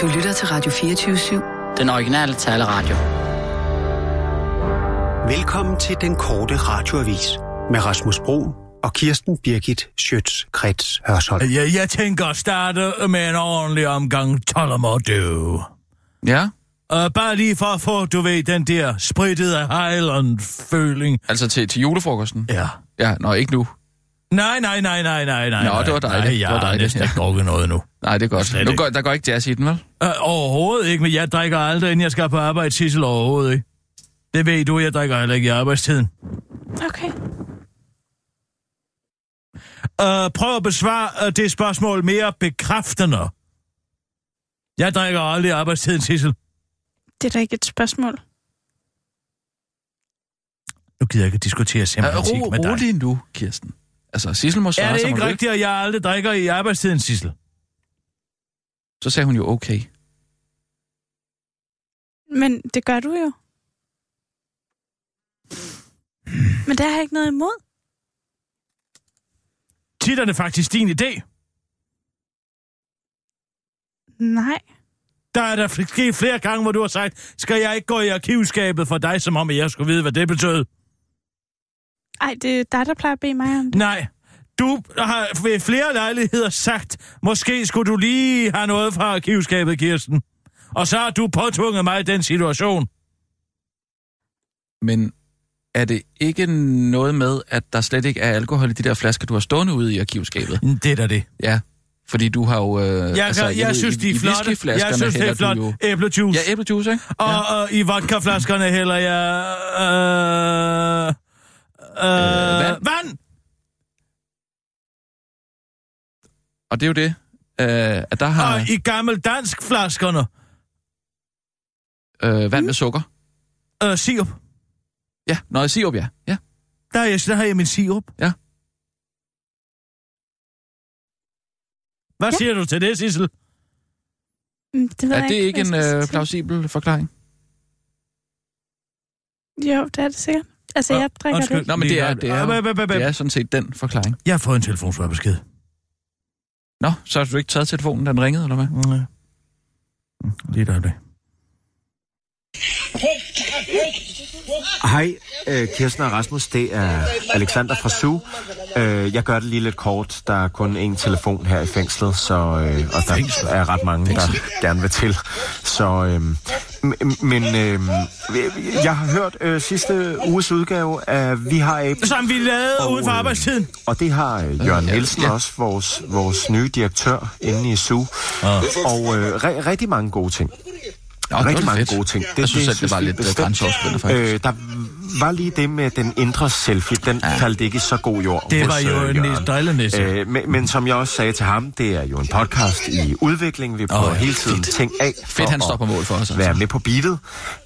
Du lytter til Radio 24-7. Den originale taleradio. Velkommen til den korte radioavis med Rasmus Bro og Kirsten Birgit Schøtz-Krets Hørsholm. Jeg, jeg tænker at starte med en ordentlig omgang Tolomordøv. Ja? Uh, bare lige for at få, du ved, den der sprittede Highland-føling. Altså til, til julefrokosten? Ja. Ja, nå, ikke nu. Nej, nej, nej, nej, nej, nej. Nå, det var dejligt. Nej, jeg det var har dejligt. næsten ikke drukket noget nu. Nej, det er godt. Slet Nu ikke. går, der går ikke jazz i den, vel? Uh, overhovedet ikke, men jeg drikker aldrig, inden jeg skal på arbejde, Sissel, overhovedet ikke. Det ved du, jeg drikker heller ikke i arbejdstiden. Okay. Uh, prøv at besvare uh, det spørgsmål mere bekræftende. Jeg drikker aldrig i arbejdstiden, Sissel. Det er da ikke et spørgsmål. Nu gider jeg ikke diskutere Ja, semantik ro, med dig. rolig nu, Kirsten. Altså, Sissel må svare Er det som ikke hun vil. rigtigt, at jeg aldrig drikker i arbejdstiden, Sissel? Så sagde hun jo okay. Men det gør du jo. Men der har jeg ikke noget imod. Tit er det faktisk din idé. Nej. Der er der fl- sket flere gange, hvor du har sagt, skal jeg ikke gå i arkivskabet for dig, som om jeg skulle vide, hvad det betød. Ej, det er dig, der plejer at bede mig om det. Nej, du har ved flere lejligheder sagt, måske skulle du lige have noget fra arkivskabet, Kirsten. Og så har du påtvunget mig den situation. Men er det ikke noget med, at der slet ikke er alkohol i de der flasker, du har stående ude i arkivskabet? Mm, Det er da det. Ja, fordi du har jo... Øh, Jeg, altså, jeg, jeg synes, i, de i er flotte. whiskyflaskerne Jeg synes, det er hælder flot. du Jo... Æblejuice. Ja, æblejuice, ikke? Og, ja. ja. og i vodkaflaskerne hælder jeg... Øh, øh, Øh, øh, vand. vand. vand! Og det er jo det, øh, at der har Og i gammel dansk flaskerne øh, vand med sukker. øh, sirup. Ja, noget sirup, ja. ja. Der, er jeg, der har jeg min sirup. Ja. Hvad Ja. ja. siger du til det, Sissel? Mm, Det ved Er jeg det ikke hvad en jeg skal øh, sige. plausibel forklaring? Jo, det er det sikkert. Altså, Nå, jeg drikker det ikke. øh- Nå, men det er- det er jo- Det er... er sådan set den forklaring. Jeg har fået en telefonsvarebesked. Nå, så har du ikke taget telefonen, da den ringede, eller hvad? Nej. Lige der det. Hej, øh, Kirsten og Rasmus, det er Alexander fra SU. Øh, Jeg gør det lige lidt kort. Der er kun én telefon her i fængslet, så, øh, og der er ret mange, der gerne vil til. Så, øh, m- men øh, jeg har hørt øh, sidste uges udgave af Vi har Aben, Som vi lavede Og, oh, ude for øh, arbejdstiden. og det har øh, Jørgen Ja, Nielsen ja. også, vores, vores nye direktør inde i SU. Ah. Og øh, re- rigtig mange gode ting. Nå, det var Rigtig da mange fedt. gode ting. Det, Det- jeg synes, det at det var synes vi lidt øh, bestemt. grænseoverskridende, faktisk. Øh, der var lige det med den indre selfie. Den ja. faldt ikke i så god jord. Det hos, var jo øh, en Jørgen. næste dejlenæse. Øh, Øh, men, men som jeg også sagde til ham, det er jo en podcast i udvikling. Vi prøver Åh, oh, ja, hele tiden fedt. ting af. Fedt, for han at står på mål for os, altså. Være med på beatet.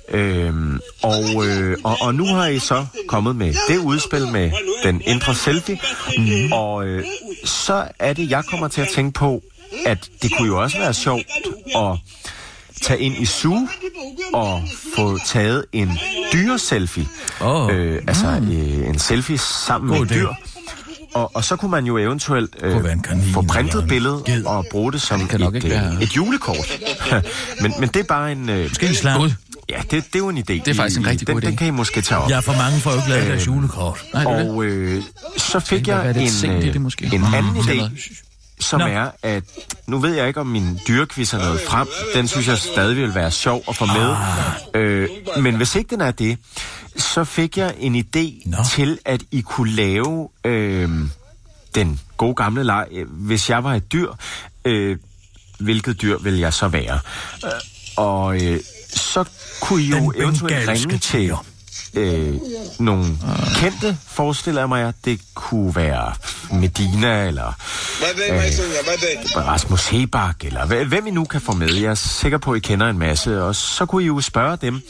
Øhm, og, øh, og, og nu har I så kommet med det udspil med den indre selfie. Mm. Og øh, så er det, jeg kommer til at tænke på, at det kunne jo også være sjovt at tage ind i SU og få taget en dyre selfie. Åh. Øh, altså Mm. øh, en selfie sammen God med et idé. dyr. Og, og så kunne man jo eventuelt øh, Kunne være en kanin få eller printet en billedet ged. og bruge det som kan nok et, ikke øh, være- et julekort. men, men det er bare en... Øh, Skal I slappe? Gud. ja, det, det er jo en idé. Det er faktisk en rigtig den, god idé. Den kan I måske tage op. Jeg er for mange for at ikke lave deres julekort. Øh, Nej, det er det. Og øh, så fik kan være jeg lidt en, sent i det måske. øh, en anden Mm. idé, som Nå. er, at nu ved jeg ikke, om min dyrekvist er nået frem. Den synes jeg stadig vil være sjov at få med. Ah. Øh, men hvis ikke den er det, så fik jeg en idé Nå. til, at I kunne lave øh, den gode gamle leg. øh, Hvis jeg var et dyr, øh, hvilket dyr vil jeg så være? Øh, Og øh, så kunne I jo Den eventuelt bengalske ringe til tiger. øh, nogle kendte, forestiller jeg mig, at det kunne være Medina eller Rasmus Hebak, eller hv- hvem I nu kan få med. Jeg er sikker på, at I kender en masse, og så kunne I jo spørge dem,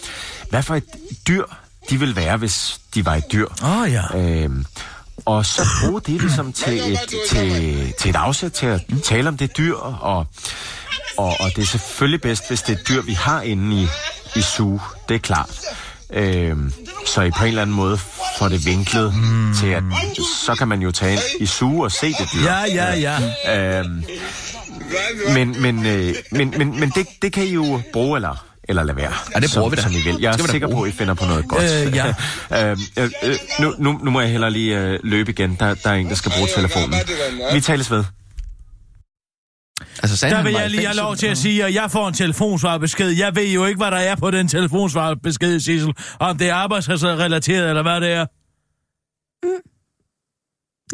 hvad for et dyr de ville være, hvis de var et dyr. Åh oh, ja. Øhm, og så bruge det ligesom til et, til, til et afsæt til at tale om det dyr, og, og, og det er selvfølgelig bedst, hvis det er et dyr, vi har inde i, i suge, det er klart. Øhm, så I på en eller anden måde får det vinklet Hmm. mm. til, at så kan man jo tage ind i suge og se det dyr. Ja, ja, ja. Øhm, Men, men, øh, men, men, men det, det kan I jo bruge, eller, eller lade være. Ja, det bruger som, vi da. Som I vil. Jeg Skal vi er da sikker på, bruge. at I finder på noget godt. Øh, ja. øh, øh, øh, nu, nu, nu må jeg hellere lige øh, løbe igen. Der, der er en, der skal bruge telefonen. Vi tales ved. Altså, sagde Der han vil var i jeg lige have fængsel, lov til at eller- sige, at jeg får en telefonsvarbesked. Jeg ved jo ikke, hvad der er på den telefonsvarbesked, Sissel. Om det er arbejdsrelateret, eller hvad det er.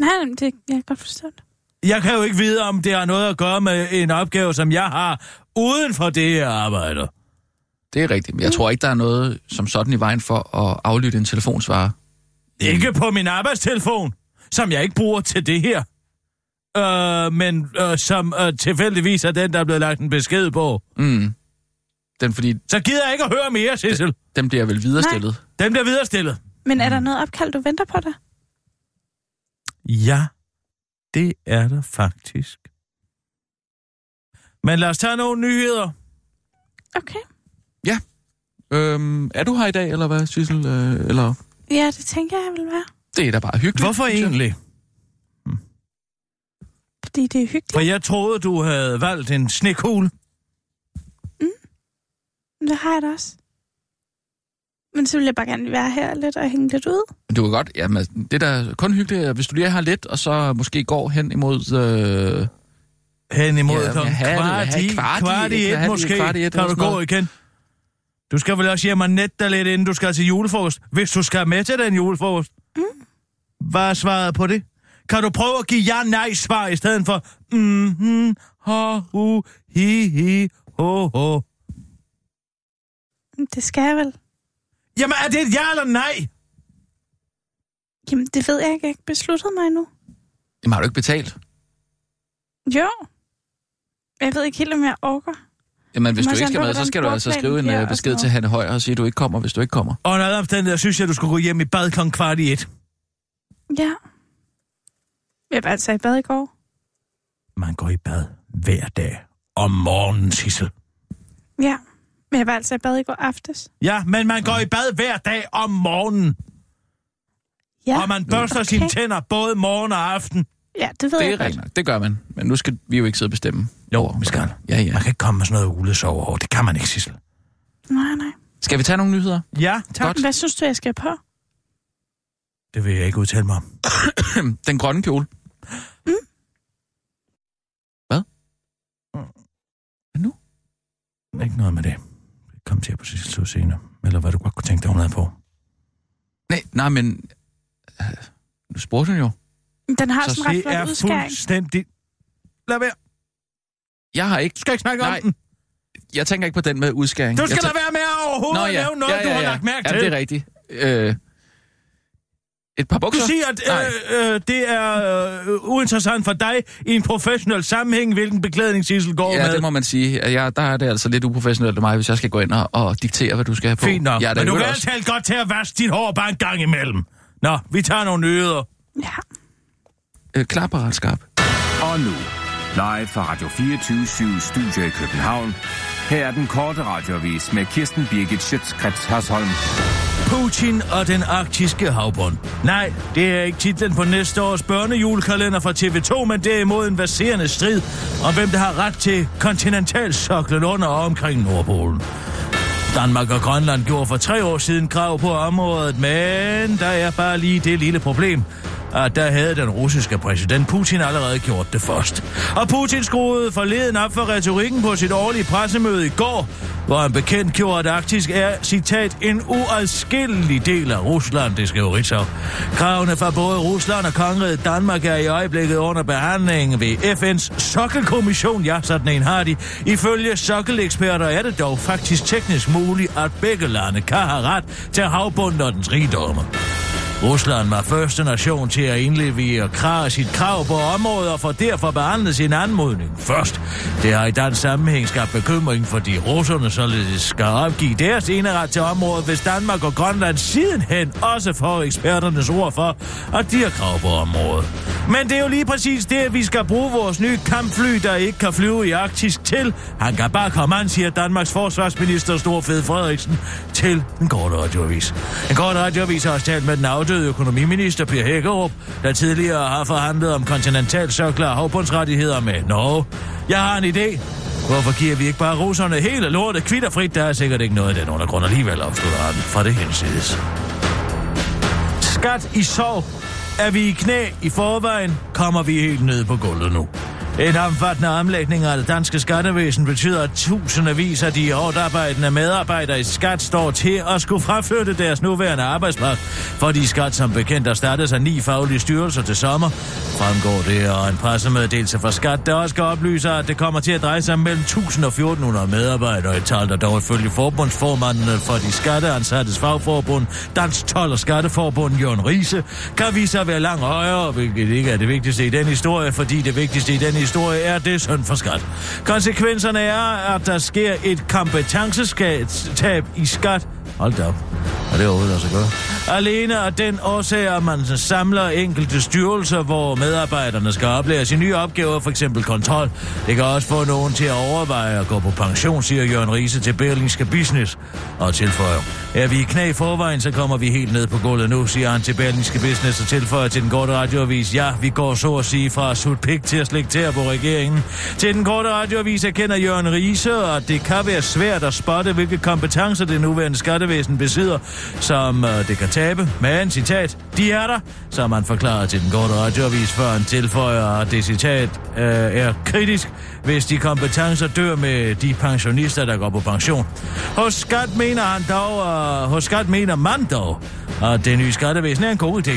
Nej, men det jeg kan godt forstå det. Jeg kan jo ikke vide, om det har noget at gøre med en opgave, som jeg har uden for det, jeg arbejder. Det er rigtigt, men jeg tror ikke, der er noget som sådan i vejen for at aflytte en telefonsvarer. Ikke på min arbejdstelefon, som jeg ikke bruger til det her. Øh, men øh, som øh, tilfældigvis er den, der er blevet lagt en besked på. Mm. Den, fordi Så gider jeg ikke at høre mere, Sissel. den bliver vel viderestillet. Nej. Den bliver viderestillet. Men er der noget opkald, du venter på dig? Ja, det er der faktisk. Men lad os tage nogle nyheder. Okay. Øhm, er du her i dag, eller hvad, Sissel? Øh, eller... Ja, det tænker jeg vil være. Det er da bare hyggeligt. Hvorfor synes jeg. egentlig? Fordi det er hyggeligt. For jeg troede, du havde valgt en snekugle. Men det har jeg da også. Men så vil jeg bare gerne være her lidt og hænge lidt ud. Du kan godt, jamen, det er da kun hyggeligt, hvis du lige har lidt, og så måske går hen imod... Øh, Hen imod Ja, ja, klokken men halv- kvart i, halv- kvart i kvart et, i et halv- måske, kvart i et kan eller du sådan gå noget. igen. Du skal vel også hjem og nette dig lidt, inden du skal til julefrokost, hvis du skal med til den julefrokost. Mm. Hvad er svaret på det? Kan du prøve at give ja-nej-svar i stedet for mm-hmm, ha, hu, hi, hi, ho, ho. Men Det skal jeg vel. Jamen, er det et ja eller nej? Jamen, det ved jeg ikke. Jeg har ikke besluttet mig endnu. jamen, har du ikke betalt? Jo. Jeg ved ikke helt, om jeg orker. Jamen, hvis Men du så ikke skal er med, der så den skal du altså bordplan skrive en her øh, og besked sådan til Hanne Højer og sige, at du ikke kommer, hvis du ikke kommer. Og under alle omstændigheder synes jeg, du skulle gå hjem i bad kl. kvart i et. Ja. Jeg var altså i bad i går. Man går i bad hver dag om morgenen, Sissel. Ja. Men jeg var altså i bad i går aftes. Ja, men man går i bad hver dag om morgenen. Ja. Ja. Og man børster okay. sine tænder både morgen og aften. Ja, det ved Det jeg er godt. rigtigt nok. Det gør man. Men nu skal vi jo ikke sidde og bestemme. over, vi skal. hvordan- Ja, ja. Man kan ikke komme med sådan noget ulesov over. Det kan man ikke, Sissel. Nej, nej. Skal vi tage nogle nyheder? Ja, tak. Godt. Godt. Hvad synes du, jeg skal på? Det vil jeg ikke udtale mig om. Den grønne kjole. Mm. Hvad? Hvad nu? Ikke noget med det. Kom til på Sissel så senere. Eller hvad du godt kunne tænke dig, hun havde på. Nej, nej, men... øh, Nu spurgte hun jo. Den har Så sådan en ret det flot er udskæring. fuldstændig... Lad være. Jeg har ikke... Du skal ikke snakke Nej, om den. Jeg tænker ikke på den med udskæring. Du skal jeg da være med at overhovedet Nå, ja. at nævne noget, ja, ja, ja. du har lagt mærke ja, til. det er rigtigt. Øh, et par Du bukser? siger, at Nej. øh, øh, det er øh, uinteressant for dig i en professionel sammenhæng, hvilken beklædning Sissel går Ja, med. det må man sige. At jeg, der er det altså lidt uprofessionelt af mig, hvis jeg skal gå ind og, og diktere, hvad du skal have på. Fint nok. Jeg er da Men du i kan øvrigt altid godt til at vaske dit hår bare en gang imellem. Nå, vi tager nogle nyheder. Ja. øh, klar parat skarp. Og nu, live fra Radio 24 Studio i København. Her er den korte radiovis med Kirsten Birgit Schøtzgrads Hasholm. Putin og den arktiske havbund. Nej, det er ikke titlen på næste års børnejulekalender fra TV2, men derimod en verserende strid om, hvem der har ret til kontinentalsoklen under og omkring Nordpolen. Danmark og Grønland gjorde for tre år siden krav på området, men der er bare lige det lille problem at der havde den russiske præsident Putin allerede gjort det først. Og Putin skruede forleden op for retorikken på sit årlige pressemøde i går, hvor han bekendt gjorde, at Arktisk er, citat, en uadskillelig del af Rusland, det skrev Ritzau. Kravene fra både Rusland og kongeriget Danmark er i øjeblikket under behandling ved FN's sokkelkommission, ja, sådan en har de. Ifølge sokkeleksperter er det dog faktisk teknisk muligt, at begge lande kan have ret til havbunden og dens rigdomme. Rusland var første nation til at indlevere krav sit krav på området og får derfor behandlet sin anmodning først. Det har i dansk sammenhæng skabt bekymring, fordi russerne således skal opgive deres eneret til området, hvis Danmark og Grønland sidenhen også får eksperternes ord for, at de har krav på området. Men det er jo lige præcis det, vi skal bruge vores nye kampfly, der ikke kan flyve i Arktis til. Han kan bare komme an, siger Danmarks forsvarsminister Storfed Frederiksen til den korte radioavis. Den korte radioavis har også talt med den afdøde økonomiminister Per Hækkerup, der tidligere har forhandlet om kontinentalsokler og havbundsrettigheder med Norge. Jeg har en idé. Hvorfor giver vi ikke bare russerne hele lortet kvitterfrit? Der er sikkert ikke noget af den undergrund alligevel, opstod han fra det hensides. Skat i sorg. Er vi i knæ i forvejen, kommer vi helt ned på gulvet nu. En omfattende omlægning af det danske skattevæsen betyder, at tusindvis af de hårdt arbejdende medarbejdere i skat står til at skulle fraflytte deres nuværende arbejdsplads, fordi skat som bekendt har startet sig ni faglige styrelser til sommer. Fremgår det og en pressemeddelelse fra skat, der også skal oplyse, at det kommer til at dreje sig om mellem 1000 og 1400 medarbejdere i tal, der dog ifølge forbundsformanden for de skatteansattes fagforbund, Dansk 12 og Skatteforbund Jørgen Riese, kan vise sig at være langt højere, hvilket ikke er det vigtigste i den historie, fordi det vigtigste i den historie er det synd for skat. Konsekvenserne er, at der sker et kompetencetab i skat. Hold da op. Og det er overhovedet også godt. Alene af den årsag, at man samler enkelte styrelser, hvor medarbejderne skal oplæres i nye opgaver, for eksempel kontrol. Det kan også få nogen til at overveje at gå på pension, siger Jørgen Riese til Berlingske Business. Og tilføjer. Er vi i knæ i forvejen, så kommer vi helt ned på gulvet nu, siger han til Berlingske Business og tilføjer til den korte radioavis. Ja, vi går så at sige fra at sutte pik til at slægte tæer på regeringen. Til den korte radioavis erkender Jørgen Riese, at det kan være svært at spotte, hvilke kompetencer det nuværende skattevæsen besidder, som øh, det kan tabe. Men, citat, de er der, som han forklarer til den korte radioavis, før han tilføjer, at det citat øh, er kritisk, hvis de kompetencer dør med de pensionister, der går på pension. Hos skat mener han dog, øh, hos skat mener man dog, at det nye skattevæsen er en god idé.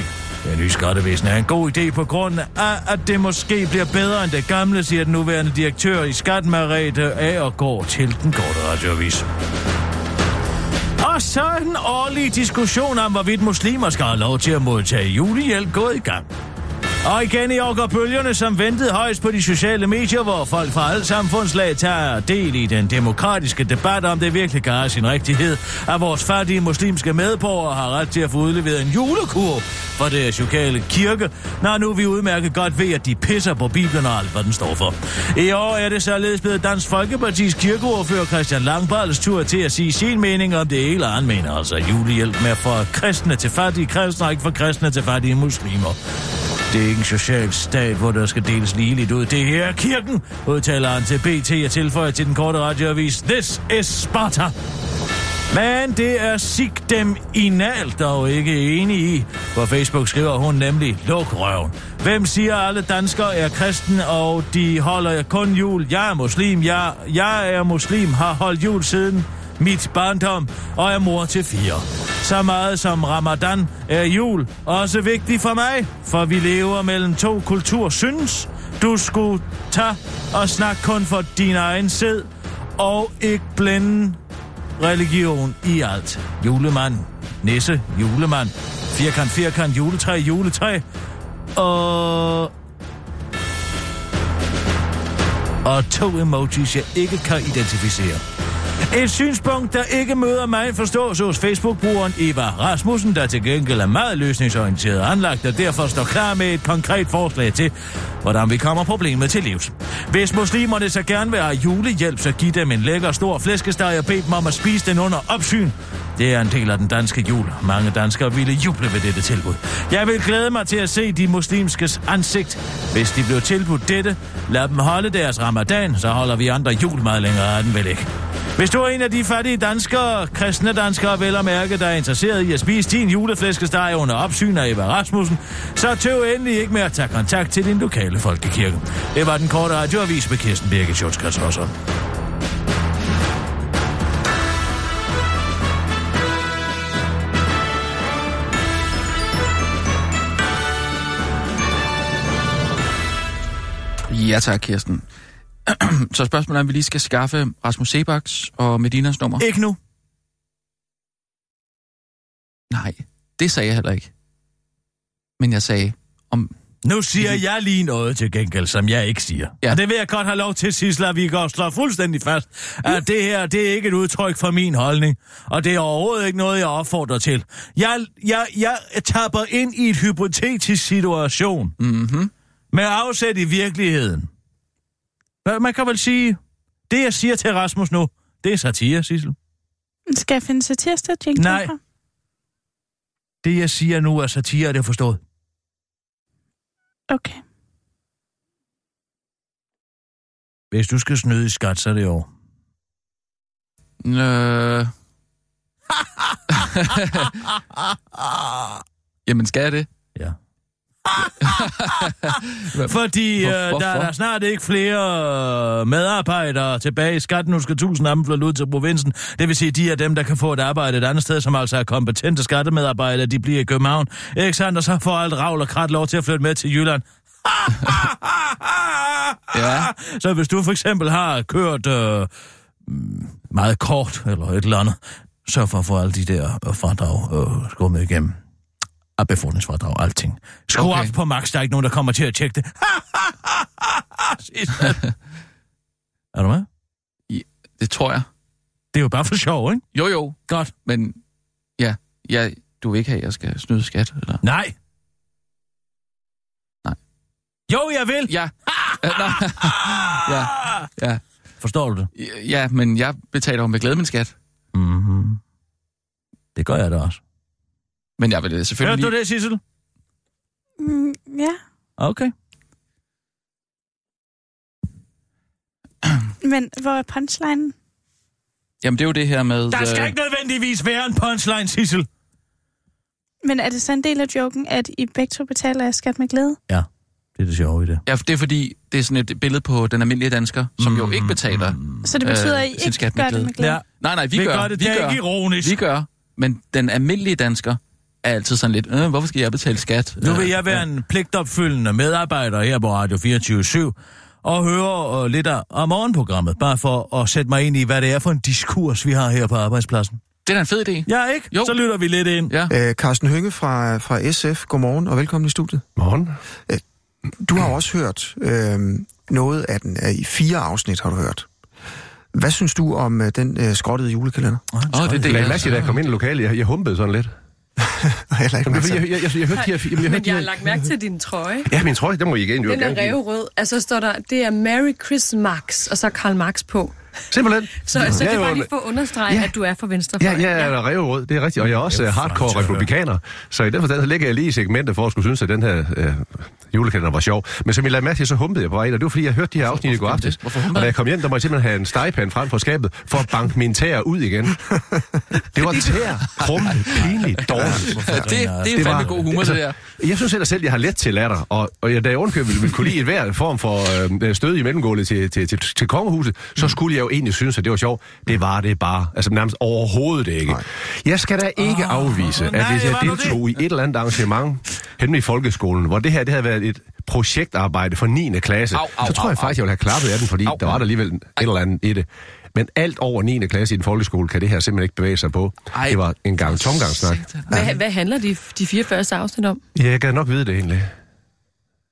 Det nye skattevæsen er en god idé på grund af, at det måske bliver bedre end det gamle, siger den nuværende direktør i Skat, Marete Agergaard, til den korte radioavis. Og så er den årlige diskussion om, hvorvidt muslimer skal have lov til at modtage julehjælp gået i gang. Og igen i år går bølgerne, som ventede højst på de sociale medier, hvor folk fra alle samfundslag tager del i den demokratiske debat om det virkelig kan have sin rigtighed, at vores fattige muslimske medborgere har ret til at få udleveret en julekurv for deres lokale kirke, når nu vi udmærket godt ved, at de pisser på Bibelen og alt, hvad den står for. I år er det således blevet Dansk Folkepartis kirkeordfører Christian Langballs tur til at sige sin mening om det hele, og han mener altså julehjælp med fra kristne til fattige kristne, og ikke fra kristne til fattige muslimer. Det er ikke en social stat, hvor der skal deles ligeligt ud. Det her er kirken, udtaler han til BT og tilføjer til den korte radioavis. This is Sparta. Men det er sig dem i nalt dog ikke enig i. På Facebook skriver hun nemlig, luk røven. Hvem siger, at alle danskere er kristne, og de holder kun jul? Jeg er muslim, jeg, jeg er muslim, har holdt jul siden mit barndom og er mor til fire. Så meget som ramadan er jul også vigtig for mig, for vi lever mellem to kulturer. Synes, du skulle tage og snakke kun for din egen sæd, og ikke blænde religion i alt. Julemand, nisse, julemand, firkant, firkant, juletræ, juletræ, og og to emojis, jeg ikke kan identificere. Et synspunkt, der ikke møder mig forstås hos Facebook-brugeren Eva Rasmussen, der til gengæld er meget løsningsorienteret og anlagt, og derfor står klar med et konkret forslag til, hvordan vi kommer problemet til livs. Hvis muslimerne så gerne vil have julehjælp, så giv dem en lækker stor flæskesteg og bed dem om at spise den under opsyn. Det er en del af den danske jul. Mange danskere ville juble ved dette tilbud. Jeg vil glæde mig til at se de muslimskes ansigt. Hvis de blev tilbudt dette, lad dem holde deres ramadan, så holder vi andre jul meget længere af den vel ikke. Hvis du er en af de fattige danskere, kristne danskere vel at mærke, der er interesseret i at spise din juleflæskesteg under opsyn af Eva Rasmussen, så tøv endelig ikke med at tage kontakt til din lokale folkekirke. Det var den korte radioavis med Kirsten Birke Sjøtskrets Hørsholm. Ja tak, Kirsten. Så spørgsmålet er, om vi lige skal skaffe Rasmus Sebaks og Medinas nummer? Ikke nu. Nej, det sagde jeg heller ikke. Men jeg sagde, om... Nu siger jeg lige noget til gengæld, som jeg ikke siger. Ja. Ja. Og det vil jeg godt have lov til, Sisla, vi går slå fuldstændig fast, Mm. at det her, det er ikke et udtryk for min holdning, og det er overhovedet ikke noget, jeg opfordrer til. Jeg, jeg, jeg tapper ind i et hypotetisk situation, Mm-hmm. med afsæt i virkeligheden. Hvad Man kan vel sige, det jeg siger til Rasmus nu, det er satire, Sissel. Skal jeg finde satirstad, Jingle? Nej. Det jeg siger nu er satire, er det forstået. Okay. Hvis du skal snyde i skat, så er det jo. Øh... Jamen, skal jeg det? Ja. Fordi øh, Hvor- der er hvorfor? der snart ikke flere øh, medarbejdere tilbage i skatten. Nu skal tusind af dem flytte ud til provinsen. Det vil sige, at de er dem, der kan få et arbejde et andet sted, som altså er kompetente skattemedarbejdere. De bliver i København. Ikke sandt? Og så får alt ravl og krat lov til at flytte med til Jylland. Ja. Så hvis du for eksempel har kørt øh, mm, meget kort eller et eller andet, sørg for at få alle de der øh, fradrag øh, skåret med igennem. Og befordringsfradrag og alting. Skru okay. Okay. op på max, der er ikke nogen, der kommer til at tjekke det. Sidst. er du med? øh, Det tror jeg. Det er jo bare for sjov, ikke? Jo, jo. Godt. Men ja, ja du vil ikke have, at jeg skal snyde skat? Eller? Nej. Nej. Jo, jeg vil. Ja. Øh, nå. ja. Ja. Forstår du det? Ja, men jeg betaler jo med glæde min skat. Mm-hmm. Det gør jeg da også. Men jeg vil øh, Hørte selvfølgelig... du det, Sissel? Mm, ja. Okay. Men hvor er punchlinen? Jamen, det er jo det her med... Der skal øh, ikke nødvendigvis være en punchline, Sissel. Men er det så en del af joken, at I begge to betaler af skat med glæde? Det er det sjove i det. Ja, det er fordi, det er sådan et billede på den almindelige dansker, som jo ikke betaler. Så det betyder, Øh, at I sin ikke skat med gør det glæde. med glæde? Mm, Ja, Nej, nej, vi, Vi gør, gør det. vi Det er gør, ikke ironisk. Vi gør, men den almindelige dansker er altid sådan lidt, øh, hvorfor skal jeg betale skat? Nu Øh, vil jeg være en pligtopfyldende medarbejder her på Radio 24 og høre øh, lidt af, af morgenprogrammet, bare for at sætte mig ind i, hvad det er for en diskurs, vi har her på arbejdspladsen. Det er da en fed idé. Ja, ikke? Jo. Så lytter vi lidt ind. Ja. Øh, Carsten Hønge fra, fra SF, godmorgen og velkommen i studiet. Øh, Morgen. Du har jo også hørt øh, noget af den, øh, i fire afsnit har du hørt. Hvad synes du om øh, den øh, skrottede julekalender? Åh, det er det, Lagde mærke til, da jeg kom ind i lokalet, jeg, jeg humpede sådan lidt. Heller ikke Jamen, mærke det er fordi, til. jeg, jeg, jeg, jeg hørte de her... fi- Jamen, Men jeg hørte jeg de har her... lagt mærke til din trøje. Ja, min trøje, den må I igen jo Den er gerne give. revrød. Og så står der, det er Merry Christmas, og så er Karl Marx på. Simpelthen. Så, så Jeg det er er jo- bare lige for at understrege, Ja. at du er fra Venstre. Ja, jeg er revrød, det er rigtigt, og jeg er også Det er øh, jo hardcore flot, republikaner. Så i den forstand, så ligger jeg lige i segmentet for at skulle synes, at den her øh, julekalender var sjov. Men som I lagde mærke til, så humpede jeg på vej ind, og det var fordi, jeg hørte de her afsnit i går hvorfor aftes. det? Hvorfor humpede Og da han? jeg kom hjem, der måtte jeg simpelthen have en stegpan frem for skabet, for at banke min tæer ud igen. Det var tæer, krum, pinligt, dårligt. Ja, det, det er fandme god altså, humor, det der. Jeg synes ellers selv, jeg har let til latter, og, og jeg, da jeg ovenkøbet ville, ville kunne lide et hver form for øh, stød i mellemgulvet til, til, til, til kongehuset, så skulle jeg jo egentlig synes, at det var sjovt. Det var det bare. Altså nærmest overhovedet det ikke. Nej. Jeg skal da ikke oh, afvise, at nej, hvis jeg var du det? deltog i et eller andet arrangement hen i folkeskolen, hvor det her det havde været et projektarbejde for 9. klasse, Au, au, så tror jeg au, faktisk, jeg ville have klappet af den, fordi Au. der var der alligevel et eller andet i det. Men alt over 9. klasse i en folkeskole kan det her simpelthen ikke bevæge sig på. Ej. Ej. Det var en gang tomgangssnak. Hvad, hvad handler de, de fire første afsnit om? Ja, jeg gad nok vide det egentlig.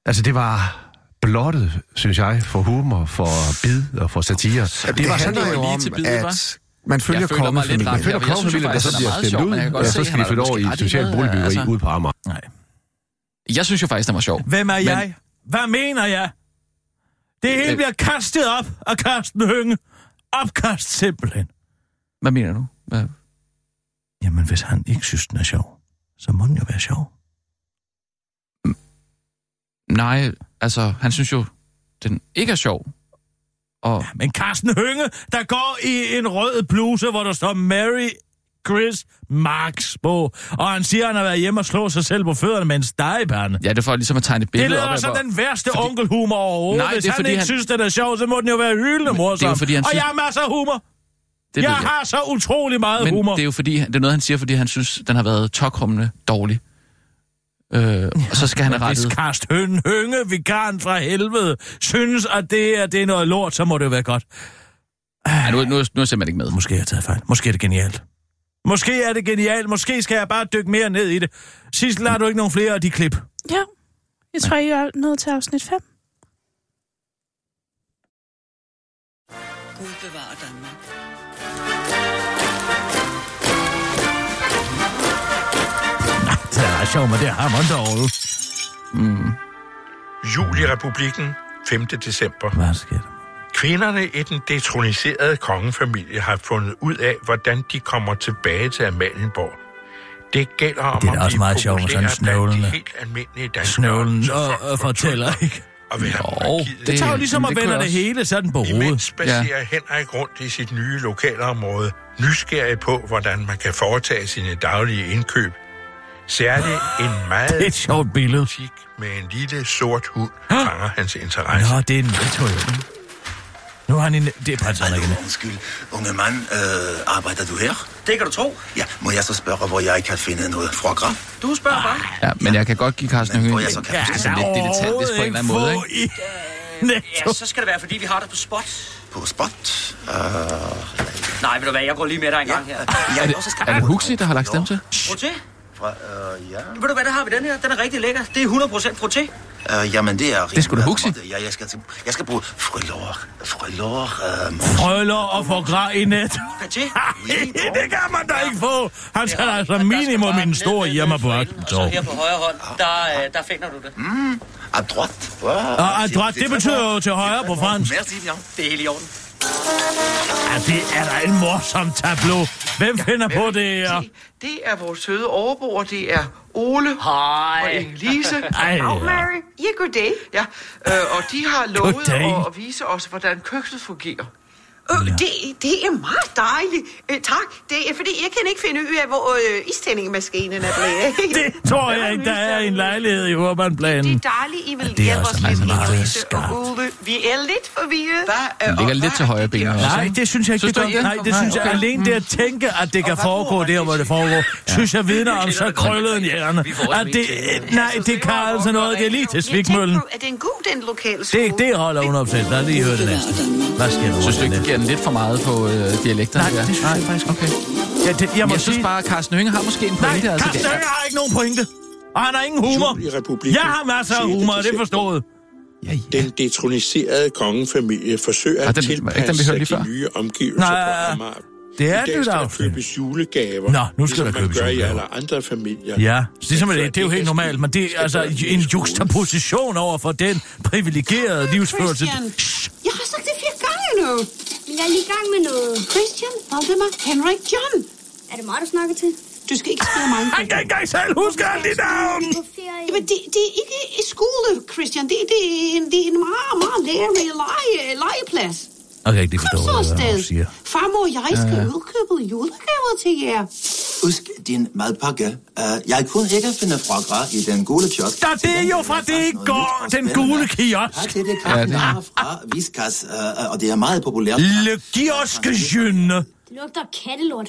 Altså, det var blottet, synes jeg, for humor, for bid og for satire. det var handler sådan, det jo var lige om, til bid, at hva'? man Jeg følger føler mig lidt ramt kongefamilien. her, for Føler jeg synes jo faktisk, at den er kongefamilien, der så bliver meget skældt sjov, men jeg kan godt se, han ud, ja, så skal vi har flytte måske over i ret i socialt noget, boligbyggeri altså. ude på Amager. Nej. Jeg synes jo faktisk, den var sjov. Hvem er Men- jeg? Hvad mener jeg? Det hele Øh. bliver kastet op af Karsten Hønge. Opkast simpelthen. Hvad mener du? Hvad? Jamen, hvis han ikke synes, den er sjov, så må den jo være sjov. Nej, altså, han synes jo, den ikke er sjov. Og Men Carsten Hønge, der går i en rød bluse, hvor der står Mary Chris Marx på. Og han siger, at han har været hjemme og slået sig selv på fødderne med en stegepande. ja, det er for ligesom at tegne et Det billede op. lyder af, som hvor- den værste fordi- fordi... onkelhumor overhovedet. Nej, Nej, Hvis det er, han fordi ikke han- han... synes, den er sjov, så må den jo være hyldende Men morsom. det er jo, fordi han og synes- jeg har masser af humor. det jeg ved jeg. har så utrolig meget Men humor. det er jo fordi, det er noget, han siger, fordi han synes, den har været tokrummende dårlig. Øh, og så skal han have rettet. Hvis Karst Høn Hønge, vikaren fra helvede, synes, at det er, det er noget lort, så må det jo være godt. Ja, nu, nu, nu er jeg simpelthen ikke med. Måske har jeg taget fejl. Måske er det genialt. Måske er det genialt. Måske skal jeg bare dykke mere ned i det. Sissel, har du ikke nogen flere af de klip? Ja. Jeg tror, I er nået til afsnit 5. Gud bevarer Danmark. Mm, Det er sjovt, men det har man dog. Jul i Republiken, 5. december. Hvad sker der? Kvinderne i den detroniserede kongefamilie har fundet ud af, hvordan de kommer tilbage til Amalienborg. Det gælder om Det er da at også blive meget sjovt med sådan populære blandt de snøvlene. helt almindelige danskere. Snøvlen og, og fortæller ikke. Og vil have det, det tager jo ligesom at vende det hele sådan på Imens hovedet. spacerer ja. Henrik rundt i sit nye lokalområde, nysgerrig på, hvordan man kan foretage sine daglige indkøb. Særligt en meget... Det er et sjovt billede. butik med en lille sort hund fanger hans interesse. Nå, det er en Netto. Nu har han en... Det er prins Henrik. igen. Undskyld, unge mand, øh, arbejder du her? Det kan du tro. Ja, må jeg så spørge, hvor jeg kan finde noget fra Graf? Du spørger bare. Ja, men jeg kan godt give Carsten Høgen en kan du sådan lidt dilettantisk på en eller anden måde, ikke? ikke? Ja, så skal det være, fordi vi har det på spot. På spot? Uh... Øh, Nej, ved du hvad, jeg går lige med dig en gang her. Er det, er det Huxi, der har lagt stemme til? Proté? Fra, øh, ja. Ved du hvad, der har vi den her. Den er rigtig lækker. Det er 100% proté. Øh, jamen, det er... Det er sgu da Huxi. Ja, jeg skal, til, jeg skal bruge frølår. Frølår. Øh, Frøller og får græ i net. det kan man da ikke få. Han skal da altså minimum en stor hjemme på Så Agtentov. her på højre hånd, der, øh, der finder du det. Mm. À droite. Og à droite, det betyder jo til højre på fransk. Merci, Bjørn. Det er helt i orden. Ja, det er da en morsom tableau. Hvem finder på det her? Det er vores søde overboer, det er Ole Hej. og Inge-Lise. Hej. Og Mary. Ja, goddag. Ja, øh, og de har lovet Goddag. at, at vise os, hvordan køkkenet fungerer. Øh, det, det er meget dejligt. Øh, tak. Det er, fordi jeg kan ikke finde ud af, hvor øh, istændingemaskinen er blevet. det Tror jeg ikke, der er en lejlighed i Urbanplanen. Det er dejligt, I vil det er hjælpe også os lidt, meget Inge-Lise og Ole. Vi er lidt forvirret. Hvad, Den ligger lidt til højre benet også, Nej, ikke? det synes jeg ikke, Synes det du gør. ikke det? Nej, Mm. det synes jeg okay. alene det at tænke, at det kan foregå der, hvor det foregår, synes jeg vidner om så krøllet en hjerne. At det, øh, nej, det kan altså noget. Det er lige til svigmøllen. er det en god, den lokale skole? Det, det holder hun opsat. Lad os lige høre det næste. Hvad sker der? Synes du ikke, det giver den lidt for meget på øh, dialekter? Nej, det synes jeg faktisk. Okay. Ja, det, jeg, Jeg, må jeg synes sige- bare, at Carsten Hønge har måske en Nej, pointe. altså, Carsten det er- Hønge Ah, har ikke nogen pointe. Og han har ingen humor. Jeg har masser af humor, det forstår jeg. Den detroniserede kongefamilie forsøger Ah, at den- var ikke den, vi tilpasse sig hørte lige de før? nye omgivelser Nej, på Amager. det er I det, dag der skal er der købes julegaver, Nå, nu skal der ligesom købes man gør i julegaver. alle andre familier. Ja, ligesom Men det, før det er jo helt kan normalt, men det er altså en juxtaposition over for den privilegerede livsførelse. Jeg har sagt det fire gange nu. Jeg er lige i gang med noget. Christian, Valdemar, Henrik, John. Er det mig, du snakker til? Du skal ikke spørge mig. Han kan ikke engang selv huske alle de navne. Jamen, det, det er ikke i skole, Christian. Det, det, er en, det er en meget, meget lærerig lege, legeplads. Jeg kan ikke lige forstå, Så hvad afsted. hun siger. Farmor og jeg skal Ja, ja. udkøbe julegaver til jer. Husk din madpakke. Uh, jeg kunne ikke finde frokra i den gule kiosk. Der, det er jo fra det i går, den gule kiosk. Ja, det er fra Viskas, uh, og det er meget populært. Le kioske jønne. Det lugter af kattelort.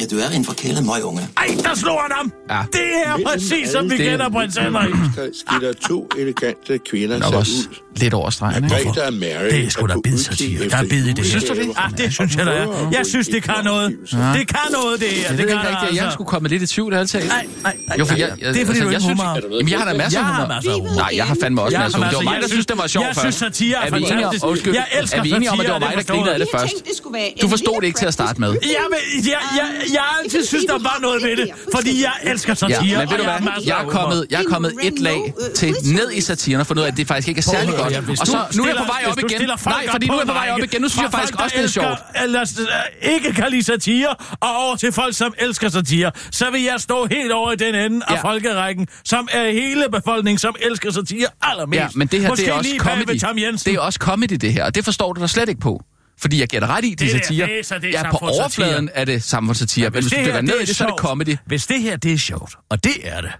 Ja, du er en forkælet møgunge. Ej, der slog han ham. Det er præcis, som vi kender prins Henrik. Skiller to elegante kvinder Nok sig også ud. Lidt over stregen, ikke? Margrethe og Mary Det er sgu da på bid udkig satire. efter Der er bid i det. julegaver Synes du det? fra Ah, det synes jeg, der er. Jeg synes, det kan noget. Det kan noget, det her. Jeg Det ved ikke kan der rigtigt, at jeg altså. skulle komme lidt i tvivl, ærligt talt. Nej, nej, nej. Altså, Jo, for jeg, Det er, jeg, altså, fordi du ikke jeg synes, humor. Jamen, jeg har da masser af Jeg har humor. masser af humor. Nej, jeg har fandme også Jeg har masser af humor. Det var masser. mig, der Jeg synes, synes- den var sjov jeg først. synes, satire er er vi enige om, fantastisk. undskyld, Jeg elsker er vi enige om, at det var satire, mig, der det grinede af det forstår jeg. først? Jeg tænkte, det skulle være en Du forstod det ikke til at starte med. Jeg, vil, jeg, jeg, jeg har altid synes, der var noget ved det, fordi jeg elsker satire. Ja, men ved og du jeg har hvad? masser Jeg af er humor. kommet, jeg er kommet et lag øh, til ned i satiren og fundet ud af, at det faktisk ikke er Prøv at særlig høre, ja, godt. hvis Og du så nu er jeg stiller- på vej op hvis du igen. stiller folk Nej, op fordi på nu er jeg en på vej op række igen. Nu synes fra jeg faktisk folk, også, der det er sjovt. elsker- Eller, øh, ikke kan lide satire, og over til folk, som elsker satire. Så vil jeg stå helt over i den ende af folkerækken, som er hele befolkningen, som elsker satire allermest. Ja, men det her, Måske det er også lige bag ved comedy. Tom Jensen. Det er også comedy, det her, og det forstår du da slet ikke på. Fordi jeg giver dig ret i, de Det der, satire. det er så- det er ja, på samfundssatire. overfladen er det samfundssatire, men hvis du her, dykker ned det i det, så er det sjovt, comedy. Hvis det her, det er sjovt, og det er det.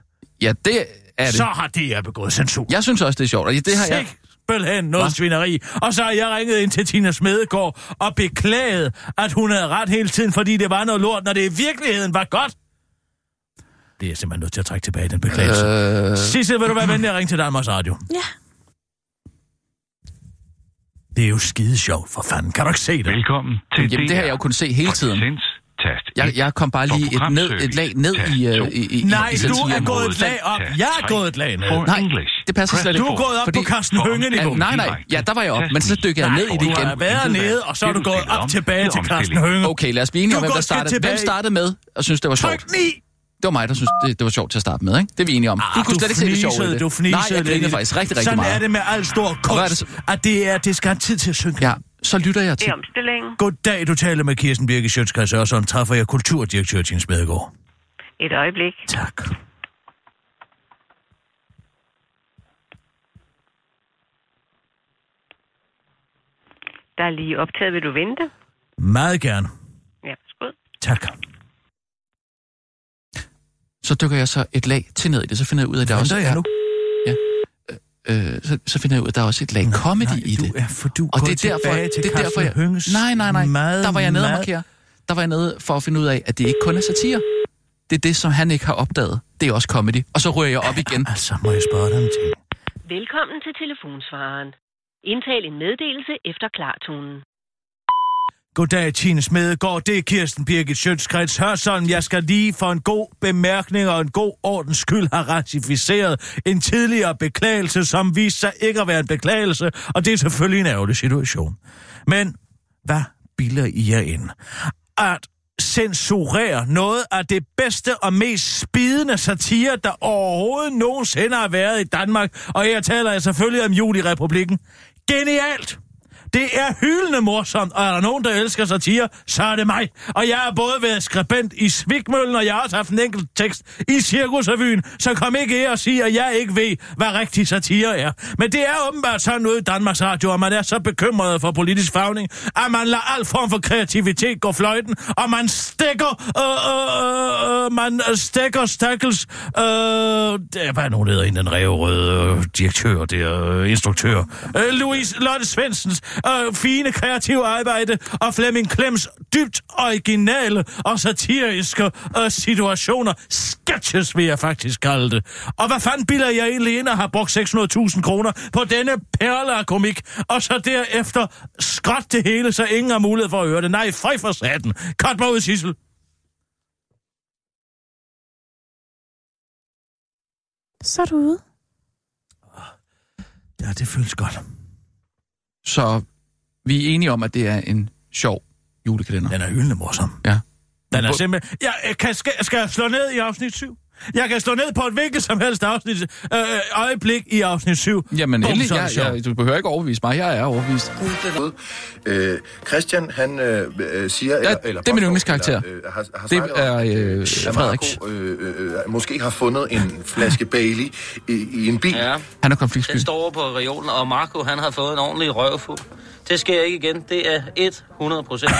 Ja, det er det. Så har DR begået censur. Jeg synes også, det er sjovt, og det har jeg... Simpelthen noget svineri. Og så har jeg ringet ind til Tina Smedegaard og beklaget, at hun havde ret hele tiden, fordi det var noget lort, når det i virkeligheden var godt. Det er jeg simpelthen nødt til at trække tilbage, den beklagelse. Øh... Sissel, vil du være venlig at ringe til Danmarks Radio? Ja. Det er jo skide sjovt, for fanden. Kan du ikke se det? Velkommen til Jamen, det har jeg jo kunnet se hele tiden. Jeg, jeg kom bare lige et, ned, et lag ned i, øh, i, i, i, Nej, i du er satireområdet. gået et lag op. Jeg er gået et lag ned. Nej, det passer slet ikke. Du er gået op på Carsten Hønge-niveau. Ja, Nej, nej, ja, der var jeg op, men så dykkede jeg Nej, ned i det igen. Du har været nede, og så er du gået op tilbage til Carsten Hønge. Okay, lad os blive enige om, hvem der startede. Hvem startede med og synes det var sjovt? Tryk 9! Det var mig, der synes, det, det var sjovt til at starte med, ikke? Det er vi enige om. Ah, kunne slet ikke se det sjove i fnisede, det. Du fnisede Nej, jeg grinede lidt. faktisk rigtig, rigtig Sådan meget. Sådan er det med al stor Hvor er det kunst, at det, er, det skal have tid til at synge. Ja, så lytter jeg til... omstillingen. Goddag, du taler med Kirsten Birke Sjøtskreds og som træffer jeg kulturdirektør Tine Smedegaard. Et øjeblik. Tak. Der er lige optaget. Vil du vente? Meget gerne. Ja, skud. Tak. Så dykker jeg så et lag til ned i det, så finder jeg ud af, at der Venter også jeg er... nu? Ja. Øh, så, så finder jeg ud af, at der er også et lag comedy i det. Ja, for du og går det er derfor, tilbage til det er derfor Carsten jeg... Hønges Nej, nej, nej. Meget, der var jeg nede og meget- markere. Der var jeg nede for at finde ud af, at det ikke kun er satire. Det er det, som han ikke har opdaget. Det er også comedy. Og så rører jeg op igen. Altså, må jeg spørge dig om ting? Velkommen til telefonsvareren. Indtal en meddelelse efter klartonen. Goddag, Tine Smedegaard. Det er Kirsten Birgit Sjøtskrets Hørsholm. Jeg skal lige for en god bemærkning og en god ordens skyld have ratificeret en tidligere beklagelse, som viste sig ikke at være en beklagelse, og det er selvfølgelig en ærgerlig situation. Men hvad bilder I jer ind? At censurere noget af det bedste og mest spidende satire, der overhovedet nogensinde har været i Danmark, og her taler jeg selvfølgelig om jul i republikken. Genialt! Det er hyldende morsomt, og er der nogen, der elsker satire, så er det mig. Og jeg har både været skribent i Svigmøllen, og jeg har også haft en enkelt tekst i Cirkusrevyen, så kom ikke her og sig, at jeg ikke ved, hvad rigtig satire er. Men det er åbenbart sådan noget i Danmarks Radio, at man er så bekymret for politisk fagning, at man lader al form for kreativitet gå fløjten, og man stikker, øh, øh, øh, øh, man stikker stakkels, øh, det- hvad er nu, det hedder en, den revrøde øh, direktør, det er øh, instruktør, øh, Louise Lotte Svensens øh, fine kreative arbejde og Flemming Klems dybt originale og satiriske øh, situationer. Sketches vil jeg faktisk kalde det. Og hvad fanden bilder jeg egentlig ind og har brugt 600.000 kroner på denne perle af komik, og så derefter skråt det hele, så ingen har mulighed for at høre det. Nej, føj for saten. Cut mig ud, Sissel. Så er du ude. Ja, det føles godt. Så vi er enige om, at det er en sjov julekalender. Den er hyldende morsom. Ja. Den er simpelthen... Jeg øh, kan, skal, skal jeg slå ned i afsnit 7? Jeg kan slå ned på et hvilket som helst afsnit, øh, øjeblik i afsnit 7. Jamen Bum, endelig, så er jeg, det sjovt. jeg, du behøver ikke overbevise mig. Jeg er overbevist. Øh, Christian, han øh, øh, siger... Ja, det er min yndlingskarakter. Eller, øh, har, har Det snakket er om, at, øh, at Frederik. Marco, øh, øh, måske har fundet en flaske Bailey i, i en bil. Ja. Han er Den konfliktsky. står over på regionen, og Marco han har fået en ordentlig røvfuld. Det sker ikke igen. Det er 100 procent.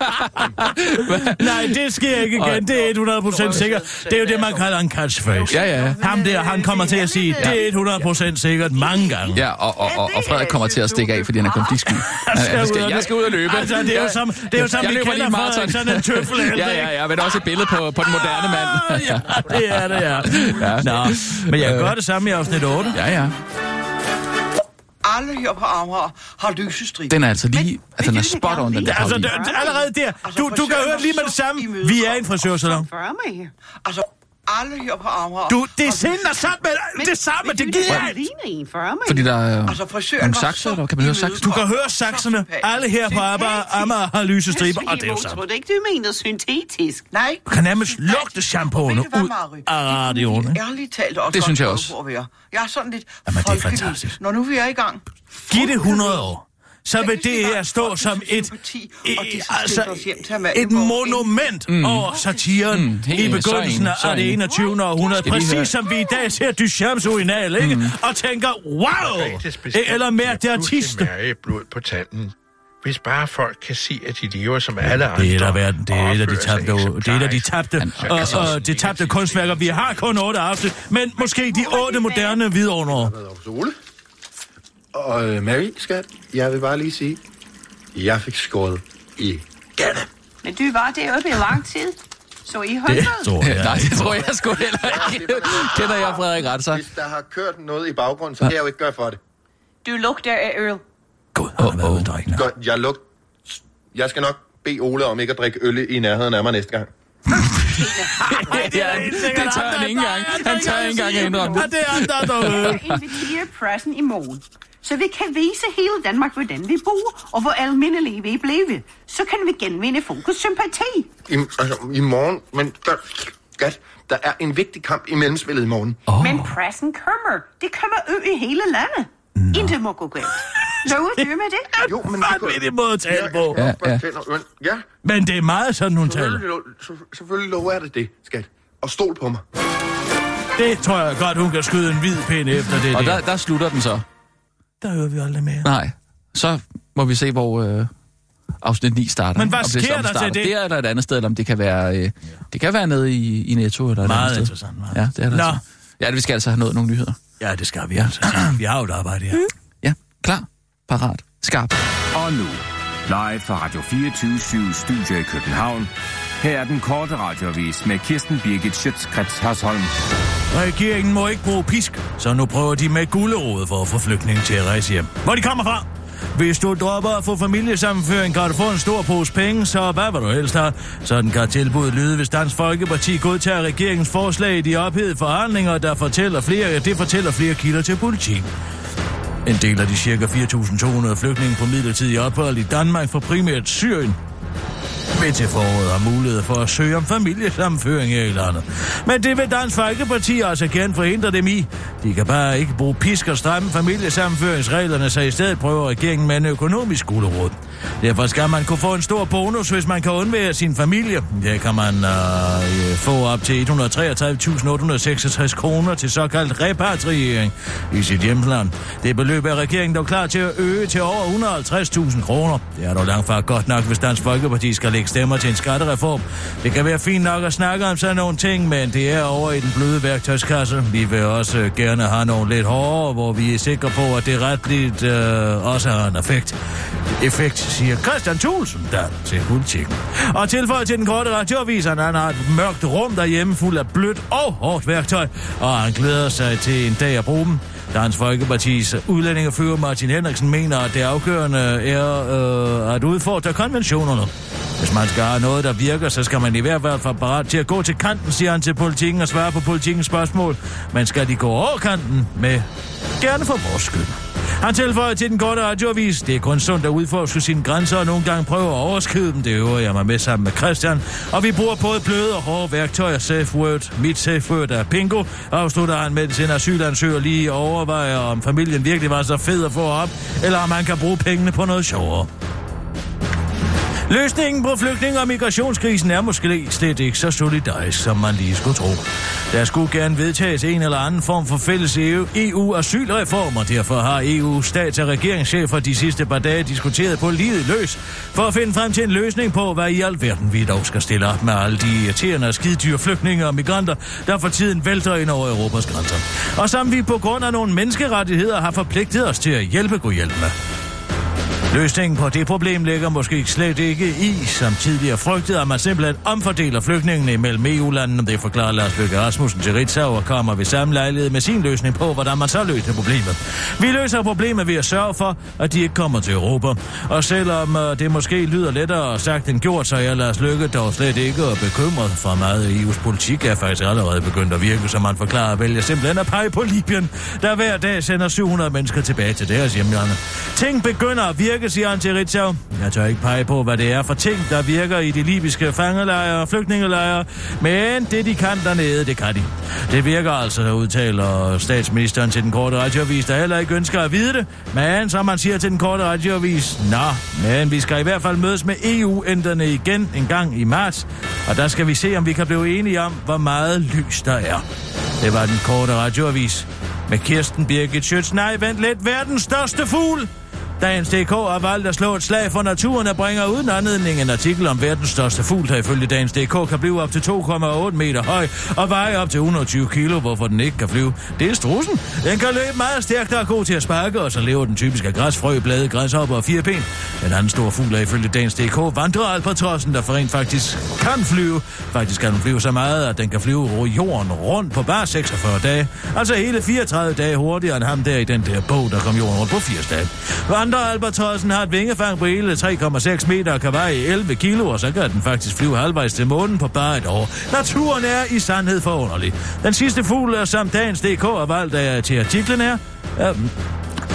Nej, det sker ikke igen. Det er 100 procent sikkert. Det er jo det, man kalder en catchphrase. Ja, ja. Ham der, han kommer til at sige, Ja. det er 100 procent sikkert mange gange. Ja, og, og, og, og Frederik kommer til at stikke af, fordi han er konfliktsky. Han- han skal- Jeg skal ud og løbe. Altså, det er jo Jeg- som, det er jo som jeg vi løber lige kender en maraton. Frederik, sådan en tøffel. Ja, ja, ja, men også et billede på, på den moderne mand. ja, det er det, ja. Nå, men jeg gør det samme i afsnit 8. Øh. Ja, ja. Alle her på Amager har lysestrid. Den er altså lige... Altså, den er spot on, den der Altså, parodi. der- allerede der. Altså, Du, du kan høre det lige med det samme. Vi er i en frisørsalon. Spørg mig. Altså, alle her på Amager... Du, det er sind og sammen med det samme. Det gider jeg ikke. ligner en, spørg mig. Fordi der er øh, Altså, frisøren nogle var sakser, så eller kan man høre sakser? Du kan høre sakserne. Alle her på Amager, Amager har lyse striber, og det er jo Jeg samme. troede ikke, du mener syntetisk. Nej. Du kan nærmest lugte shampooen ud af radioen. ikke? Ærligt talt også Det godt synes jeg prøve også. på at være. Jeg er sådan lidt Jamen, det er folkelig. fantastisk. Når nu vi er i gang, Giv det 100 år, så vil det her stå som et, og det skal altså, altså, os hjem til Amalienborg. et monument Mm. over satiren Mm, helt i enig. Så begyndelsen enig, så af det enig. 21. århundrede. Skal vi høre- Mm. Præcis som vi i dag ser Duchamps urinal, ikke? Og tænker, wow! Eh, Eller mere, det artiste. Mærke blod på tanden. Hvis bare folk kan se, at de lever som alle andre. Det er et af verden. Det er et af de opfører sig tabte, det er et af de tabte, og, altså også og, de tabte kunstværker. Vi har kun otte afsnit, men måske de otte moderne vidunderår. Ole og øh, Mary, skat, jeg vil bare lige sige, jeg fik skåret i gatte. Men du var deroppe i lang tid. Så I holdt Det tror jeg Nej, det tror jeg sgu heller ikke. Kender jeg Frederik Retser? Hvis der har kørt noget i baggrunden, så kan jeg jo ikke gøre for det. Du lugter af øl. Godt, jeg luk... Jeg skal nok bede Ole om ikke at drikke øl i nærheden af mig næste gang. det, er, det tør han ikke engang. Han tør ikke engang at indrømme det. Jeg inviterer pressen i morgen. så vi kan vise hele Danmark, hvordan vi bor, og hvor almindelige vi er blevet. Så kan vi genvinde folkets sympati. I, altså, i morgen, men der, skat, der er en vigtig kamp i mellemspillet i morgen. Oh. Men pressen kommer. Det kommer ø i hele landet. No. Intet må gå galt. Lover du med det? Jo, men... Hvad er det måde at tale på? Ja, ja. ja. Men det er meget sådan, hun taler. Selvfølgelig, lo- så- selvfølgelig lover jeg dig det, skat. Og stol på mig. Det tror jeg godt, hun kan skyde en hvid pind efter det Og der. der, der slutter den så. Der hører vi aldrig mere. Nej. Så må vi se, hvor øh, afsnit 9 starter. Men hvad Om det så sker der til starter det? Der eller et andet sted, eller om det kan være, øh, det kan være nede i, i Netto. Eller et Meget andet sted. interessant, meget Ja, det er det Nå. altså. Ja, vi skal altså have nået nogle nyheder. Mm. Ja, det skal vi altså. Vi har jo et arbejde her. Ja, klar, parat, skarp. Og nu, live fra Radio 24 Studio i København. Her er den korte radiovis med Kirsten Birgit Schøtzgrads Hasholm. Regeringen må ikke bruge pisk, så nu prøver de med gulderod for at få flygtninge til at rejse hjem. Hvor de kommer fra? Hvis du dropper at få familiesammenføring, kan du få en stor pose penge, så hvad vil du helst have? Sådan kan tilbuddet lyde, hvis Dansk Folkeparti godtager regeringens forslag i de ophedede forhandlinger, der fortæller flere, det fortæller flere kilder til politik. En del af de ca. 4.200 flygtninge på midlertidig ophold i Danmark fra primært Syrien vil til foråret har mulighed for at søge om familiesammenføring her i landet. Men det vil Dansk Folkeparti altså gerne forhindre dem i. De kan bare ikke bruge pisk og stramme familiesammenføringsreglerne, så i stedet prøver regeringen med en økonomisk gulerod. Derfor skal man kunne få en stor bonus, hvis man kan undvære sin familie. Det kan man øh, få op til 133.866 kroner til såkaldt repatriering i sit hjemland. Det beløb er regeringen dog klar til at øge til over 150.000 kroner. Det er dog langt fra godt nok, hvis Dansk Folkeparti skal lægge stemmer til en skattereform. Det kan være fint nok at snakke om sådan nogle ting, men det er over i den bløde værktøjskasse. Vi vil også øh, gerne have nogle lidt hårdere, hvor vi er sikre på, at det retligt øh, også har en effekt. Effekt, siger Christian Thulsen, der til politikken. Og tilføjer til den korte radioavis, at han har et mørkt rum derhjemme fuld af blødt og hårdt værktøj, og han glæder sig til en dag at bruge dem. Dansk Folkepartis udlændingefører Martin Henriksen mener, at det afgørende er øh, at udfordre konventionerne. Hvis man skal have noget, der virker, så skal man i hvert fald være parat til at gå til kanten, siger han til politikken og svare på politikens spørgsmål. Men skal de gå over kanten med gerne for vores skyld. Han tilføjer til den korte radioavis, det er kun sundt at udforske sine grænser og nogle gange prøve at overskride dem. Det øver jeg mig med sammen med Christian. Og vi bruger både bløde og hårde værktøjer. Safe word. Mit safe word er pingo. Afslutter han, mens en asylansøger lige overvejer, om familien virkelig var så fed at få op, eller om han kan bruge pengene på noget sjovere. Løsningen på flygtninge- og migrationskrisen er måske slet ikke så solidarisk, som man lige skulle tro. Der skulle gerne vedtages en eller anden form for fælles E EU- EU-asylreform, og derfor har EU stats- og regeringschefer de sidste par dage diskuteret på livet løs, for at finde frem til en løsning på, hvad i alverden vi dog skal stille op med alle de irriterende og skidedyre flygtninge og migranter, der for tiden vælter ind over Europas grænser. Og som vi på grund af nogle menneskerettigheder har forpligtet os til at hjælpe, kunne hjælpe med. Løsningen på det problem ligger måske slet ikke i, som tidligere frygtet, at man simpelthen omfordeler flygtningene mellem EU-landene. Det forklarer Lars Løkke Rasmussen til Ritzau og kommer ved samme lejlighed med sin løsning på, hvordan man så løser problemet. Vi løser problemet ved at sørge for, at de ikke kommer til Europa. Og selvom øh, det måske lyder lettere sagt end gjort, så er Lars Løkke dog slet ikke øh, bekymret for meget. EU's politik er faktisk allerede begyndt at virke, som man forklarer vælger simpelthen at pege på Libyen, der hver dag sender 700 mennesker tilbage til deres hjemlande. Ting begynder at virke, siger han til Ritzau. Jeg tør ikke pege på, hvad det er for ting, der virker i de libyske fangelejre og flygtningelejre, men det de kan dernede, det kan de. Det virker altså, udtaler statsministeren til den korte radioavis, der heller ikke ønsker at vide det, men som man siger til den korte radioavis, nå, men vi skal i hvert fald mødes med EU-ænderne igen en gang i marts, og der skal vi se, om vi kan blive enige om, hvor meget lys der er. Det var den korte radioavis med Kirsten Birgit Schøtz. Nej, vent lidt, verdens største fugl! Dagens DK har valgt at slå et slag for naturen og bringer uden anledning en artikel om verdens største fugl, der ifølge Dagens DK kan blive op til 2,8 meter høj og veje op til 120 kilo, hvorfor den ikke kan flyve. Det er strusen. Den kan løbe meget stærkt og er god til at sparke, og så lever den typisk af græs, frø, blade, græshopper og fire ben. Den anden store fugl er ifølge Dagens DK vandrealbatrossen, der for rent faktisk kan flyve. Faktisk kan den flyve så meget, at den kan flyve jorden rundt på bare 46 dage. Altså hele 34 dage hurtigere end ham der i den der bog, der kom jorden rundt på 80 dage. Vandrealbatrossen har et vingefang på hele 3,6 meter og kan veje 11 kilo, og så kan den faktisk flyve halvvejs til månen på bare et år. Naturen er i sandhed forunderlig. Den sidste fugl, som dagens DK har valgt af til artiklen er... Øh,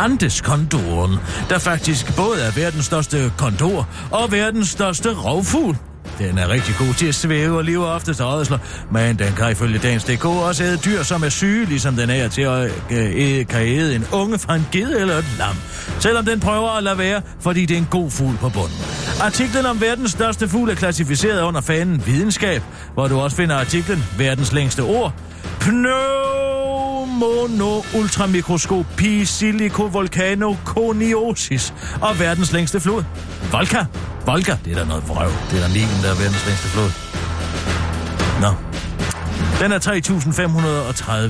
Andes kondoren, der faktisk både er verdens største kondor og verdens største rovfugl. Den er rigtig god til at svæve og lever oftest af ådsler, men den kan ifølge dagens DK også æde dyr, som er syge, ligesom den er til at øh, kan æde en unge fra en ged eller et lam. Selvom den prøver at lade være, fordi det er en god fugl på bunden. Artiklen om verdens største fugl er klassificeret under fanen videnskab, hvor du også finder artiklen verdens længste ord. Pneumono ultramikroskopi silicovolcano coniosis og verdens længste flod. Volka. Volka, det er da noget vrøv. Det er da Nilen, der er verdens længste flod. Nå. Den er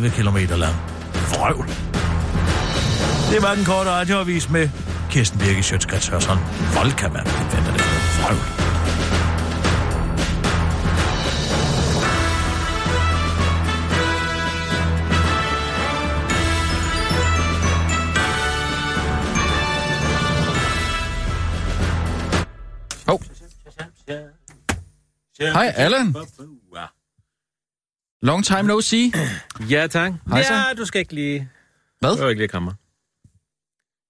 3.530 km lang. Vrøvl. Det var den korte radioavis med Kirsten Birke Sjøtskrets Hørsson. Volka, mand. Hvad er det for noget vrøvl? Hej, Allan. Long time no see. Ja, tak. Hej så. Ja, du skal ikke lige... Hvad? Du skal ikke lige komme.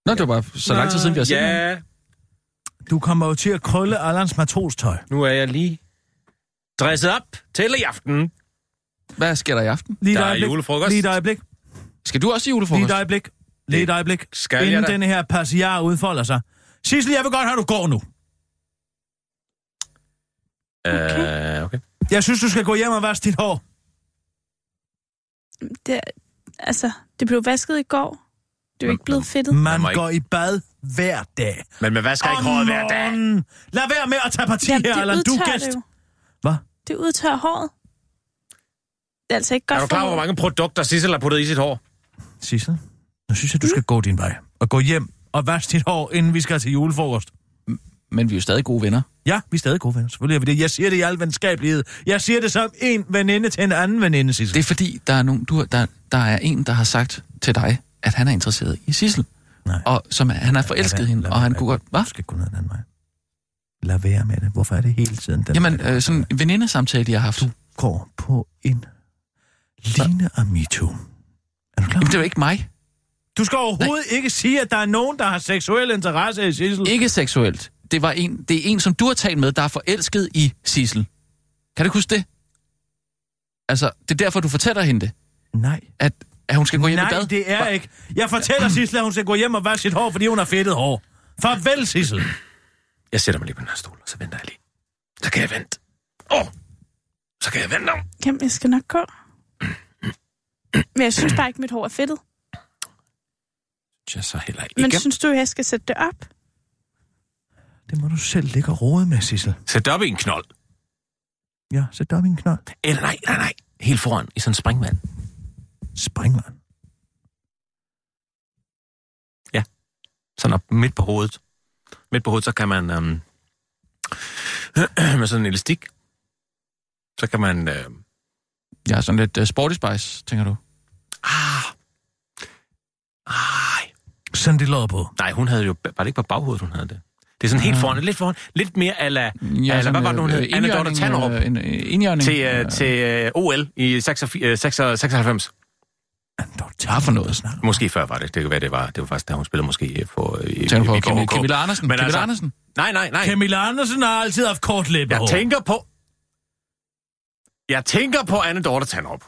Nå, det var bare så lang tid siden, vi har set Ja, hinanden. Du kommer jo til at krølle Allans matrostøj. nu er jeg lige dresset op til i aften. Hvad sker der i aften? Lige et der er øjeblik. julefrokost. Lige et øjeblik. Skal du også i julefrokost? Lige et øjeblik. Lige et øjeblik. skal jeg Inden da. den her passiar udfolder sig. Sissel, jeg vil godt have, at du går nu. Okay. Uh, okay. Jeg synes, du skal gå hjem og vaske dit hår. Det, altså, det blev vasket i går. Det er jo ikke blevet fedtet. Man går i bad hver dag. Men man vasker Om morgenen. Lad være med at tage parti Jamen, her, det Allan. Du er udtørrer gæst. det jo. Hvad? Det udtørrer håret. Det er altså ikke godt Er du klar over, hvor håret. mange produkter Sissel har puttet i sit hår? Sissel, nu synes jeg, du skal gå din vej. Og gå hjem og vaske dit hår, inden vi skal til julefrokost. Men vi er jo stadig gode venner. Ja, vi er stadig gode venner. Selvfølgelig er vi det. Jeg siger det i al venskabelighed. Jeg siger det som en veninde til en anden veninde, Sissel. Det er fordi, der er, nogen, du, har- der, der er en, der har sagt til dig, at han er interesseret i Sissel. Nej. Og som er- han har forelsket være- hende, lad og han være. kunne godt... Hvad? skal gå ned ad den vej. Lad være med det. Hvorfor er det hele tiden den Jamen, øh, sådan en venindesamtale, de har haft. går på en line af MeToo. Er du klar? Jamen, det er jo ikke mig. Du skal overhovedet Nej. ikke sige, at der er nogen, der har seksuel interesse i Sissel. Ikke seksuelt. Det, var en, det er en, som du har talt med, der er forelsket i Sissel. Kan du ikke huske det? Altså, det er derfor, du fortæller hende det. Nej. At, at hun skal gå hjem i Nej, bad. det er ikke. Jeg fortæller Sissel, at hun skal gå hjem og vaske sit hår, fordi hun har fedtet hår. Farvel, Sissel. Jeg sætter mig lige på den her stol, og så venter jeg lige. Så kan jeg vente. Åh! Oh, så kan jeg vente om. Jamen, jeg skal nok gå. Men jeg synes bare ikke, mit hår er fedtet. Jeg så heller ikke. Men Ikke? synes du, jeg skal sætte det op? Det må du selv ligge og rode med, Sissel. Sæt det op i en knold. Ja, sæt dig op i en knold. Eller nej, nej, nej. Helt foran i sådan en springvand. Springvand. Ja. Sådan op midt på hovedet. Midt på hovedet, så kan man... Øhm, med sådan en elastik. Så kan man... Øh, Jeg er sådan lidt uh, sporty spice, tænker du. Sådan det lå på. nej, hun havde jo... Var det ikke på baghovedet, hun havde det? Det er sådan helt foran, lidt foran, lidt mere ala... Ja, ala Mm. sådan, hvad var det, hun øh, hed? Anna Dorte indjørning, Tannerup. øh, en- øh, indjørning, Til, øh, øh, til øh, OL i øh, 96. 96. Hvad for noget? Måske før var det. Det kan være, det var, det var faktisk, da hun spillede måske på... Øh, i- Tænker du i- på i Viborg Camilla, HK. Camilla Andersen? Men Camilla altså- Andersen? Nej, nej, nej. Camilla Andersen har altid haft kort læbehår. Jeg tænker på... Jeg tænker på Anne Dorte Tannerup.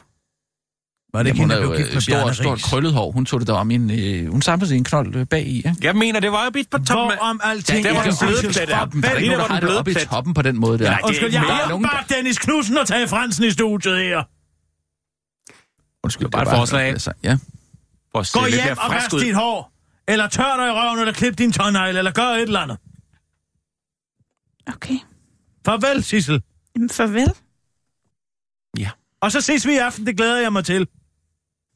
Var det ikke hun hende, havde der jo blev gift øh, med Bjarne stort, stort Riis? krøllet hår. Hun tog det der om i en... Øh, hun samlede sig i en knold øh, bag i, ikke? Jeg mener, det var jo bit på toppen. Hvor om alting... Ja, der var er den bløde Sissels plet der. krop. Der er Vent, ikke lige nogen, der der var har den bløde Oppe i plet. toppen på den måde der. Nej, det er Undskyld, jeg ikke har mere. jo bare Dennis Knudsen og Tage Fransen i studiet her. Undskyld, det bare et var- forslag. Altså, ja. For at se Gå lidt hjem mere og frisk vask ud. dit hår. Eller tør dig i røven, eller klip din tårnegle, eller gør et eller andet. Okay. Farvel, Sissel. Jamen, farvel. Og så ses vi i aften, det glæder jeg mig til.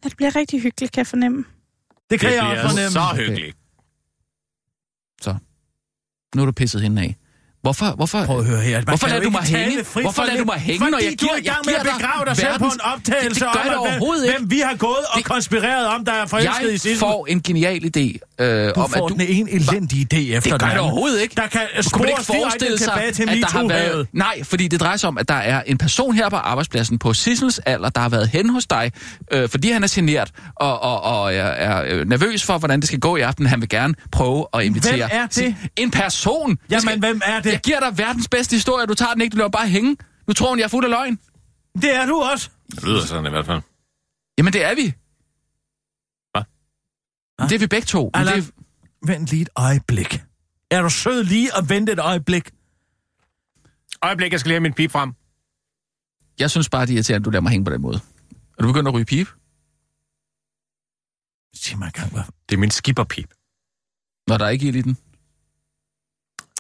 Ja, Det bliver rigtig hyggeligt, kan jeg fornemme. Det kan jeg bliver også fornemme. så hyggeligt. Nu er du pisset hende af. Hvorfor, hvorfor, Prøv at høre her. Man hvorfor kan lader du jo mig ikke tale hænge? frit Hvorfor for lader lidt, du mig hænge, fordi når jeg du giver, er i gang jeg med giver at begrave dig selv på en optagelse det, det gør om, jeg da at hvem- overhovedet ikke. hvem vi har gået og konspireret om, der er forelsket jeg i Sissel. Jeg får en genial idé øh, Du om, får at du... den ene elendige idé det efter den gør det anden. overhovedet ikke. Der kan Du kunne vel ikke spores direkte forestille sig, tilbage til at der har MeToo-havet. været... Nej, fordi det drejer sig om, at der er en person her på arbejdspladsen på Sissels alder, der har været hen hos dig, øh, fordi han er generet og, og, og er, er øh, nervøs for, hvordan det skal gå i aften. Han vil gerne prøve at invitere... Hvem er det? En person! Jeg Jamen, hvem er det? Jeg giver dig verdens bedste historie, du tager den ikke, du lader bare hænge. Nu tror hun, jeg er fuld af løgn. Det er du også. Det lyder sådan i hvert fald. Jamen, det er vi. Hvad? Det er vi begge to. Men Allan, det er... vent lige et øjeblik. Er du sød lige at vente et øjeblik? Øjeblik, jeg skal lige have min pip frem. Jeg synes bare, det er irriterende, at du lader mig hænge på den måde. Er du begyndt at ryge pipe? Sig mig engang, hvad... Det er min skipperpip. Når der er ikke ild i den?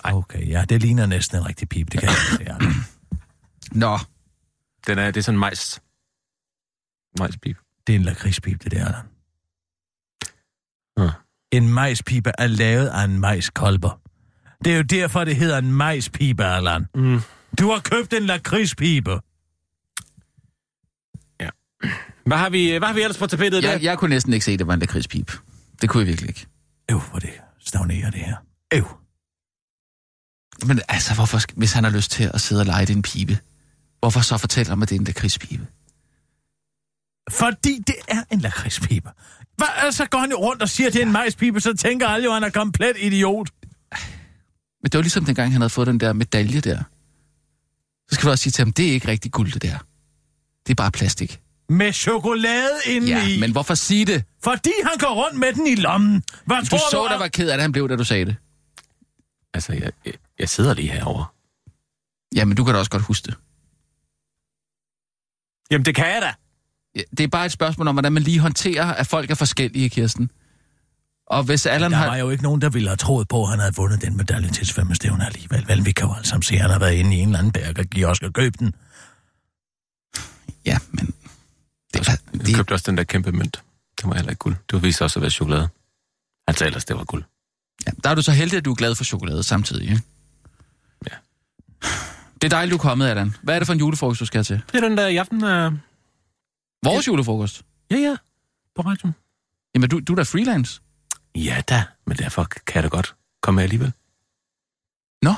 Okay, ja, det ligner næsten en rigtig pip. Det kan jeg ikke se. Nå, Den er, det er sådan majs. Majspip. Det er en lakridspipe, det der, Allan. Ja. En majspipe er lavet af en majskolber. Det er jo derfor, det hedder en majspipe, Allan. Mm. Du har købt en lakridspipe. Hvad har vi, hvad har vi ellers på tapettet i dag? jeg, jeg kunne næsten ikke se, at det var en lakridspip. Det kunne jeg virkelig ikke. Øv, hvor det stagnerer det her. Øv. Men altså, hvorfor, sk- hvis han har lyst til at sidde og lege det er en pibe, hvorfor så fortælle ham, at det er en lakridspibe? Fordi det er en lakridspipe. Hvad, altså går han jo rundt og siger, at det er en majspipe, så tænker alle jo, at han er komplet idiot. Men det var ligesom dengang, han havde fået den der medalje der. Så skal vi også sige til ham, det er ikke rigtig guld, det der. Det er bare plastik. Med chokolade inde i. Ja, men hvorfor sige det? Fordi han går rundt med den i lommen. Hvad Du tror så, du? der var ked af det, han blev, da du sagde det. Altså, jeg, jeg, jeg sidder lige herovre. Jamen, du kan da også godt huske det. Jamen, det kan jeg da. Ja, Det er bare et spørgsmål om, hvordan man lige håndterer, at folk er forskellige, Kirsten. Og hvis Allan Der var har... jo ikke nogen, der ville have troet på, at han havde vundet den medalje til svømmestævne alligevel. Vel, vi kan jo alle sammen se, at han har været inde i en eller anden bærk og give Oscar køb den. Ja, men... Det er, jo- Jeg købte også den der kæmpe mønt. Det var heller ikke guld. Det viste også at være chokolade. Han sagde ellers, det var guld. Ja, der er du så heldig, at du er glad for chokolade samtidig, ikke? Ja. Det er dejligt, du er kommet, Allan. Hvad er det for en julefrokost, du skal til? Det er den der i aften. Øh... Vores julefrokost? Ja, ja. På radioen. Jamen, du, du er da freelance. Ja da, men derfor kan jeg da godt komme med alligevel. Nå.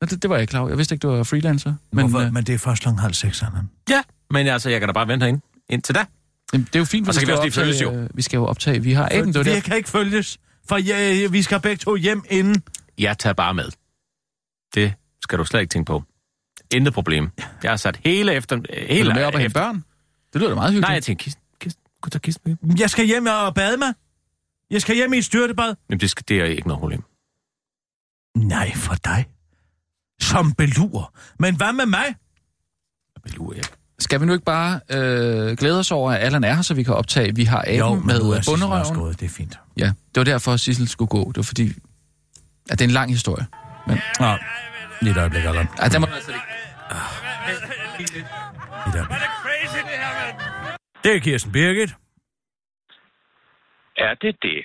Nå det, det var jeg ikke klar over. Jeg vidste ikke, du var freelancer. Men, Hvorfor? øh, men det er først klokken halv seks, Allan. Ja, men altså, jeg kan da bare vente herinde. Indtil da. jamen, det er jo fint, Og så kan vi også lige følges optage, jo. øh, Vi skal jo optage. Vi har aben, det var Vi der. kan ikke følges, for Øh, ja, vi skal begge to hjem inden. Jeg tager bare med. Det skal du slet ikke tænke på. Intet problem. Jeg har sat hele efter... Vil Hele du med op og hente efter. børn? Det lyder da meget hyggeligt. Nej, jeg tænkte, kisten, kisten, kunne du tage kisten med? Jeg skal hjem og bade mig. Jeg skal hjem i et styrtebad. Jamen, det, skal, det er ikke noget problem. Nej, for dig. Som belur. Men hvad med mig? Jeg lurer ikke. Skal vi nu ikke bare øh, glæde os over, at Allan er her, så vi kan optage, vi har aben men med nu er øh, Sissel også bunderøven? gået, Det er fint. Ja, det var derfor, at Sissel skulle gå. Det var fordi... Ja, det er en lang historie. Men, Nå, lige et øjeblik, Allan. ja, den må... Ah. Lige et øjeblik. Det er Kirsten Birgit. Er det det?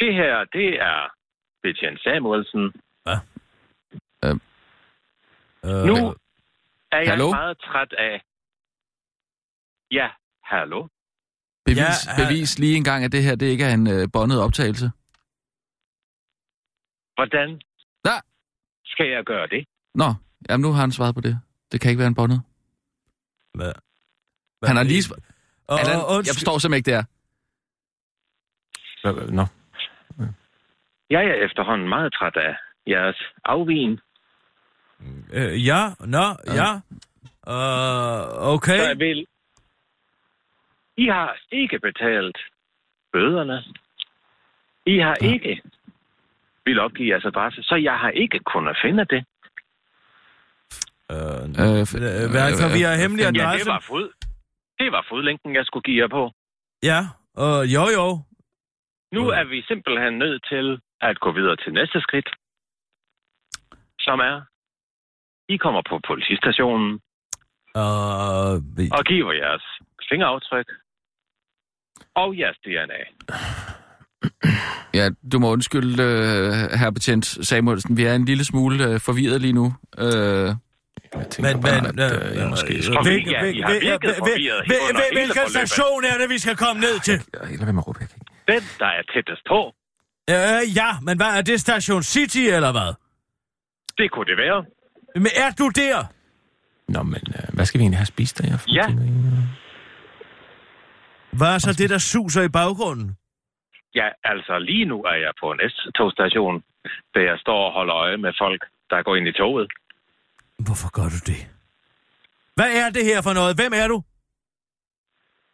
Det her, det er Betjen Samuelsen. Hvad? Øhm. Øh, Nu er jeg Hallo? meget træt af... Ja, hallo? Bevis, Ja, ja, han- bevis lige en gang, at det her det ikke er en øh, båndet optagelse. Hvordan Nej. skal jeg gøre det? Nå, jamen nu har han svaret på det. Det kan ikke være en båndet. Hvad? Hvad Han har er lige... det? sv- Åh, Allan, undskyld. jeg forstår simpelthen ikke det her. Hvad- Nå. Jeg er efterhånden meget træt af jeres afvigen. Øh, ja, nå, ja. Øh, okay. Så jeg vil... I har ikke betalt bøderne. I har ja. ikke vil opgive jeres adresse, så jeg har ikke kunnet finde det. Øh, Øh, Hvad er det for, vi har hemmelig Ja, adresse? det var fod. Det var fodlænken, jeg skulle give jer på. Ja, øh, jo jo. Nu er vi simpelthen nødt til at gå videre til næste skridt, som er, I kommer på politistationen Øh, vi- og giver jeres fingeraftryk og jeres DNA. Ja, du må undskylde, øh, herre betjent Samuelsen. Vi er en lille smule øh, forvirret lige nu. Øh, jeg men, men, øh, jeg måske... Forvirret, Hvilken- ja, I har hvil- virket hvil- forvirret hvil- under hvil- hele Hvilken forløbet. station er det, vi skal komme ned til? Eller hvad med at råbe, jeg kan ikke. Den, der er tættest på, Øh, ja, men hvad er det? Station City, eller hvad? det kunne det være. Men er du der? Nå, men øh, hvad skal vi egentlig have spist der? Ja. Hvad er så det, der suser i baggrunden? Ja, altså lige nu er jeg på en S-togstation, da jeg står og holder øje med folk, der går ind i toget. Hvorfor gør du det? Hvad er det her for noget? Hvem er du?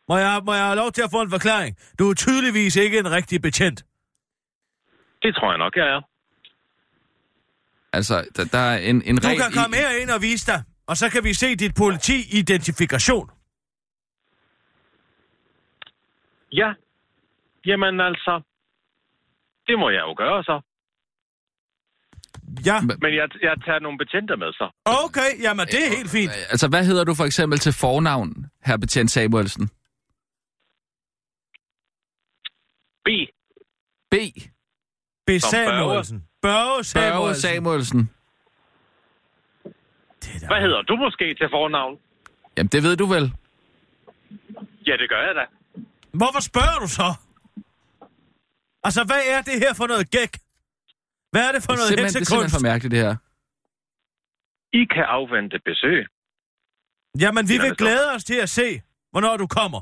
Må jeg, må jeg have lov til at få en forklaring? Du er tydeligvis ikke en rigtig betjent. Det tror jeg nok, jeg er. Altså, der, der er en, en Du regel... kan komme herind og vise dig, og så kan vi se dit politi-identifikation. Ja. Jamen altså, det må jeg jo gøre så. Ja. Men jeg, jeg tager nogle betjente med så. Okay, jamen det er helt fint. I, altså, hvad hedder du for eksempel til fornavn, herre betjent Samuelsen? B. B. B. Samuelsen. Børge Børge Samuelsen. Samuelsen. Hvad hedder du måske til fornavn? Jamen, det ved du vel. Ja, det gør jeg da. Hvorfor spørger du så? Altså, hvad er det her for noget gæk? Hvad er det for Det er noget simpelthen, det er simpelthen heksekunst? for mærkeligt, det her. I kan afvente besøg. Jamen, Eller vi vil hvad så? glæde os til at se, hvornår du kommer.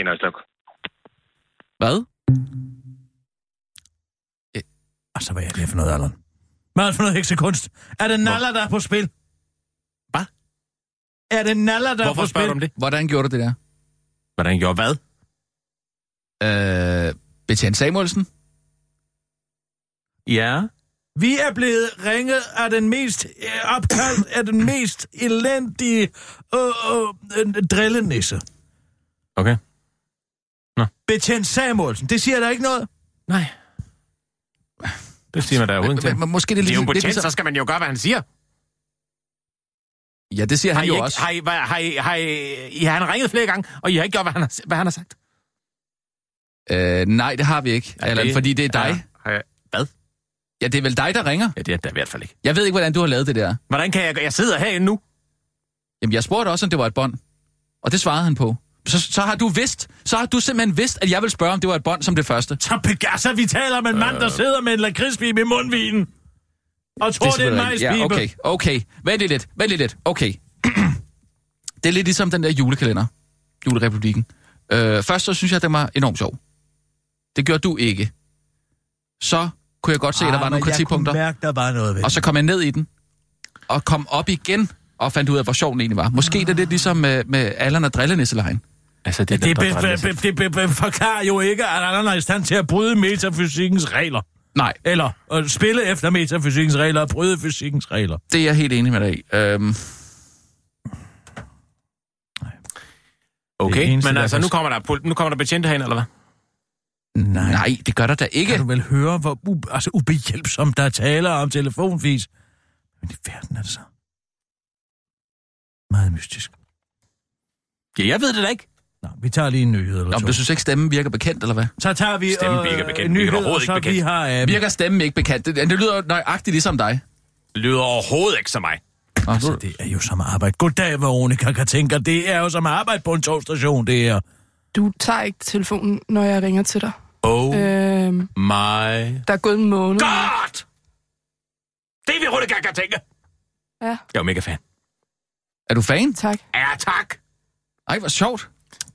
Inderstok. Hvad? Altså, hvad er det for noget, Allan? Hvad er det for noget heksekunst? Er det naller, der er på spil? Hvad? Er det naller, der Hvorfor er på spørger spil? du om det? Hvordan gjorde du det der? Hvordan gjorde hvad? Øh, betjent Samuelsen? Ja. Vi er blevet ringet af den mest øh, opkaldt af den mest elendige øh, øh, øh, drillenisse. Okay. Betjent Samuelsen, det siger der ikke noget. Nej. Det siger man da uden til. Men, men, måske det er Det er jo lidt... en betjent, ligesom- så skal man jo gøre, hvad han siger. Ja, det siger har han I jo ikke, også. Har I, hvad- har I, har I, I har han ringet flere gange, og I har ikke gjort, hvad han har, hvad han har sagt? Øh, nej, det har vi ikke, Ja, Allan, det- fordi det er dig. Ja, har jeg- hvad? Ja, det er vel dig, der ringer? Ja, det er der i hvert fald ikke. Jeg ved ikke, hvordan du har lavet det der. Hvordan kan jeg... Jeg sidder herinde nu. Jamen, jeg spurgte også, om det var et bånd. Og det svarede han på. Så, så har du vidst, så har du simpelthen vidst, at jeg vil spørge, om det var et bånd som det første. Øh. Så Pegasus, vi taler om en mand, der sidder med en lakridspibe i mundvinen. Og tror, det, det er en majspibe. Ja, okay, okay. Vent lige lidt, vent lige lidt. Okay. det er lidt ligesom den der julekalender. Julerepublikken. Øh, først så synes jeg, den var enormt sjov. Det gjorde du ikke. Så kunne jeg godt se, at der var nogle kritikpunkter. Ah, Jeg kunne mærke, der var noget ved Og så kom jeg ned i den, og kom op igen, og fandt ud af, hvor sjov den egentlig var. Måske det er lidt ligesom med, med Allan og Drillenisselegen. Altså, det, det, be, be, be, det be, be, forklarer jo ikke, at Allan er i stand til at bryde metafysikkens regler. Nej. Eller at spille efter metafysikkens regler og bryde fysikkens regler. Det er jeg helt enig med dig i. Øhm, Okay, eneste, men der altså, kan- nu kommer der, pol- nu kommer der betjente herinde, eller hvad? Nej. nej, det gør der da ikke. Kan du vel høre, hvor u, altså, ubehjælpsom der taler om telefonfis? Men i verden er det så. Meget mystisk. Ja, jeg ved det da ikke. Nå, vi tager lige en nyhed eller Nå, to. men du synes ikke, stemmen virker bekendt, eller hvad? Så tager vi Stemmen virker øh, bekendt, en virker nyhed, og overhovedet så ikke vi bekendt. har... Øh, Virker stemmen ikke bekendt? Det, det lyder jo nøjagtigt ligesom dig. Lyder overhovedet ikke som mig. Nå, altså, det er jo som arbejde. Goddag, Veronica Katinka. Det er jo som arbejde på en togstation, det her. Du tager ikke telefonen, når jeg ringer til dig. Oh Øhm, my... der er gået en måned. God! Det er vi rundt kan tænke. Ja, Jeg er jo mega fan. Er du fan? tak. Ja, tak. Ej, hvor sjovt.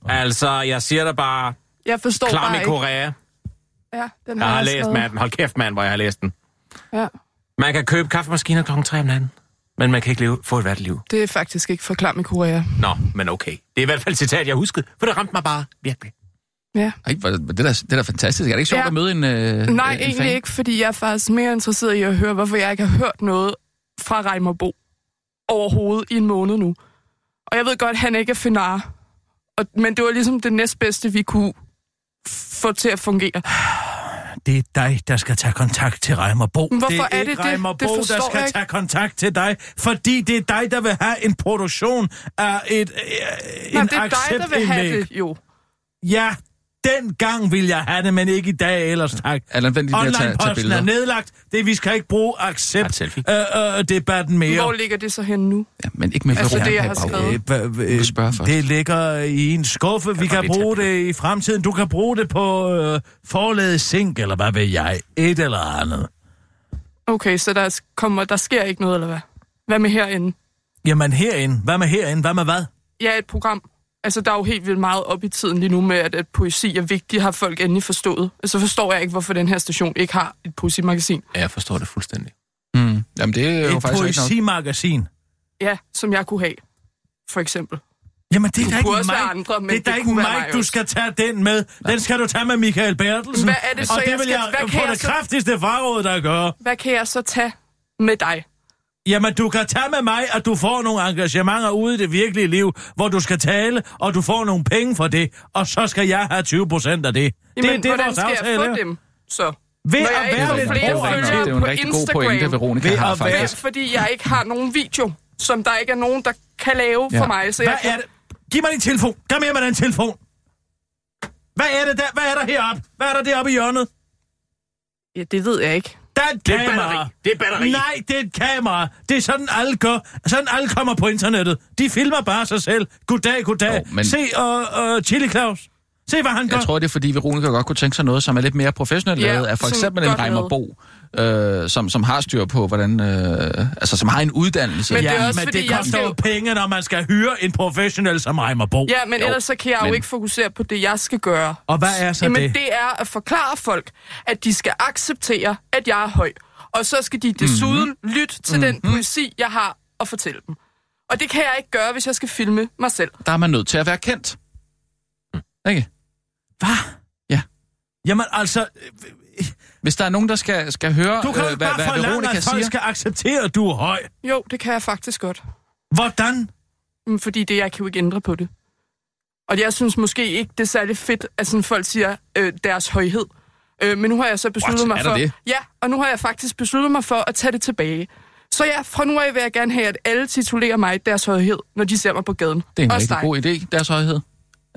Altså, jeg siger dig bare, Jeg forstår klam bare i ikke. Korea. Ja, den Jeg har har jeg læst skrevet. manden. Hold kæft, mand, hvor jeg har læst den. Ja, Man kan købe kaffemaskiner klokken 3 om natten, men man kan ikke leve, få et værdigt liv. det er faktisk ikke for klam i Korea. Nå, men okay. Det er i hvert fald et citat, jeg huskede, for det ramte mig bare virkelig. Ja. Ej, hvor- det, er da, det er da fantastisk. Er det ikke sjovt Ja. at møde en øh, Nej, en egentlig fan? ikke, fordi jeg er faktisk mere interesseret i at høre, hvorfor jeg ikke har hørt noget fra Reimer Bo overhovedet i en måned nu. Og jeg ved godt, han ikke er finar, og, men det var ligesom det næstbedste, vi kunne f- få til at fungere. Det er dig, der skal tage kontakt til Reimer Bo. Men hvorfor det er det ikke det? Reimer Det Bo, der forstår skal jeg ikke. tage kontakt til dig, fordi det er dig, der vil have en produktion af et, øh, Nej, en det er dig, der vil have acceptindlæg. det, jo. Ja, dengang ville jeg have det, men ikke i dag ellers, tak. Mm. Allan, vent lige med at tage- tage Online-posten er billeder. nedlagt. Det, vi skal ikke bruge accept øh, øh, debatten mere. Hvor ligger det så hen nu? Ja, men ikke med Altså corona det, jeg i har baggrunden. skrevet. Øh, det ligger i en skuffe. Vi kan bruge det i fremtiden. Du kan bruge det på øh, forlaget sink, eller hvad ved jeg. Et eller andet. altså, Okay, så der, kommer, der sker ikke noget, eller hvad? Hvad med herinde? Jamen herinde. Hvad med herinde? Hvad med hvad? Ja, et program. Altså, der er jo helt vildt meget op i tiden lige nu med, at, at poesi er vigtigt, har folk endelig forstået. Altså, forstår jeg ikke, hvorfor den her station ikke har et poesimagasin. Ja, jeg forstår det fuldstændig. Mm. Jamen, det er jo Et faktisk rigtigt nok. poesimagasin. Ja, som jeg kunne have, for eksempel. Jamen, det er Du kunne da ikke også mig. være andre, men det er da det ikke kunne mig, være mig du også. skal tage den med. Den skal du tage med Michael Bertelsen. Hvad er det så, og det jeg vil skal- jeg hvad kan på jeg det så- kraftigste fraråd, der gør. Hvad kan jeg så tage med dig? Jamen, du kan tage med mig, at du får nogle engagementer ude i det virkelige liv, hvor du skal tale, og du får nogle penge for det, og så skal jeg have 20 procent af det. Jamen, det, det er hvordan vores skal jeg aftale få her. dem, så? Ved Når at jeg ikke være har lidt flere proaktiv. følgere Det er jo en på rigtig god Instagram. pointe, Veronica Ved har at være- faktisk. Fordi jeg ikke har nogen video, som der ikke er nogen, der kan lave for mig. Så Hvad jeg kan... er det? Giv mig din telefon. Kom her med den telefon. Hvad er det der? Hvad er der heroppe? Hvad er der deroppe i hjørnet? Ja, det ved jeg ikke. Der er et Det er kamera. batteri. Det er batteri. Nej, det er et kamera. Det er sådan, alle gør. Sådan alle kommer på internettet. De filmer bare sig selv. Goddag, goddag. Jo, men- Se uh, uh, Chili Claus. Se, hvad han gør. Jeg tror, det er, fordi Veronica godt kunne tænke sig noget, som er lidt mere professionelt Ja, lavet, af for sådan eksempel en godt Reimer Bo, øh, som, som har styr på, hvordan... Øh, altså, som har en uddannelse. Men ja, det, er også, men det jeg koster skal jo penge, når man skal hyre en professionel som Reimer Bo. Ja, men jo, ellers så kan jeg jo ikke fokusere på det, jeg skal gøre. Og hvad er så Jamen, det? det er at forklare folk, at de skal acceptere, at jeg er høj. Og så skal de Mhm. desuden mm-hmm. lytte til mm-hmm. den poesi, jeg har at fortælle dem. Og det kan jeg ikke gøre, hvis jeg skal filme mig selv. Der er man nødt til at være kendt. Ikke? Hvad? Ja. Hmm. Jamen altså... Hvis der er nogen, der skal, skal høre, Du kan jo øh, ikke hvad, bare hvad forlange, Veronica at folk siger... skal acceptere, at du er høj. Jo, det kan jeg faktisk godt. Hvordan? Mm, Fordi det, jeg kan jo ikke ændre på det. Og jeg synes måske ikke, det er særlig fedt, at sådan folk siger øh, deres højhed. Øh, men nu har jeg så besluttet What? mig Er der for... det? Ja, og nu har jeg faktisk besluttet mig for at tage det tilbage. Så ja, fra nu af vil jeg gerne have, at alle titulerer mig deres højhed, når de ser mig på gaden. Det er en Også rigtig dig. god idé, deres højhed.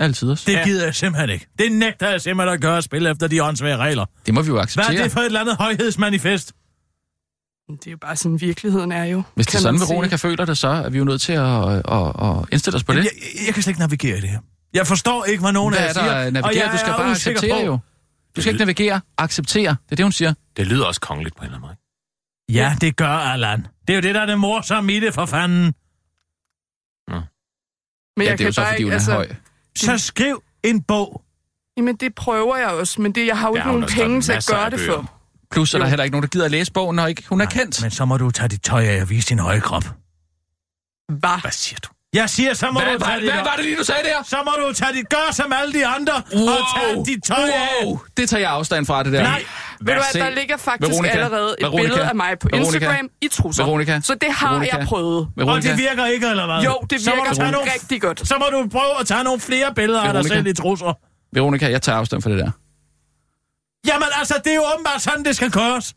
Altid også. Det gider jeg simpelthen ikke. Det nægter jeg simpelthen at gøre at spille efter de åndssvage regler. Det må vi jo Hvad acceptere. er det for et eller andet højhedsmanifest? Det er jo bare sådan, virkeligheden er jo. Hvis det er kan sådan, man sige. Veronica føler det, så er vi jo nødt til at, øh, at, at indstille os på det. Jeg, jeg kan slet ikke navigere i det her. Jeg forstår ikke, hvad nogen Hvad af er jer der siger. at og jeg navigere? Du skal er bare usikker acceptere på- jo. Du skal ikke navigere, acceptere. Det er det, hun siger. Det lyder også kongeligt på en eller anden måde. ikke? Ja, det gør Allan. Det er jo det, der er det morsomme i det, for fanden. Men Ja, jeg det er jo kan så, bare fordi hun ikke, er altså, høj. Så skriv en bog. Jamen, det prøver jeg også, men det, jeg har jo Der ikke er jo nogen der står penge til at masser gøre af det bøger. for. Plus er der Jo. heller ikke nogen, der gider at læse bogen, når ikke hun er kendt. Men så må du tage dit tøj af og vise din høje krop. Hvad? Hvad siger du? Jeg siger, så må Hvad du var- tage dit... hvad var det lige, du sagde der? Så må du tage dit... Gør som alle de andre, Wow! og tage dit tøj af. wow! Det tager jeg afstand fra, det der. Nej. Ved du hvad, der ligger faktisk Veronica, allerede et Veronica, billede af mig på Veronica, Instagram i trusser. Veronica, så det har Veronica, jeg prøvet. Og Veronica, det virker ikke, eller hvad? Jo, det så må virker du tage nogle, rigtig godt. Så må du prøve at tage nogle flere billeder af dig Veronica. selv i trusser. Veronica, jeg tager afstand fra det der. Jamen altså, det er jo åbenbart sådan, det skal køres.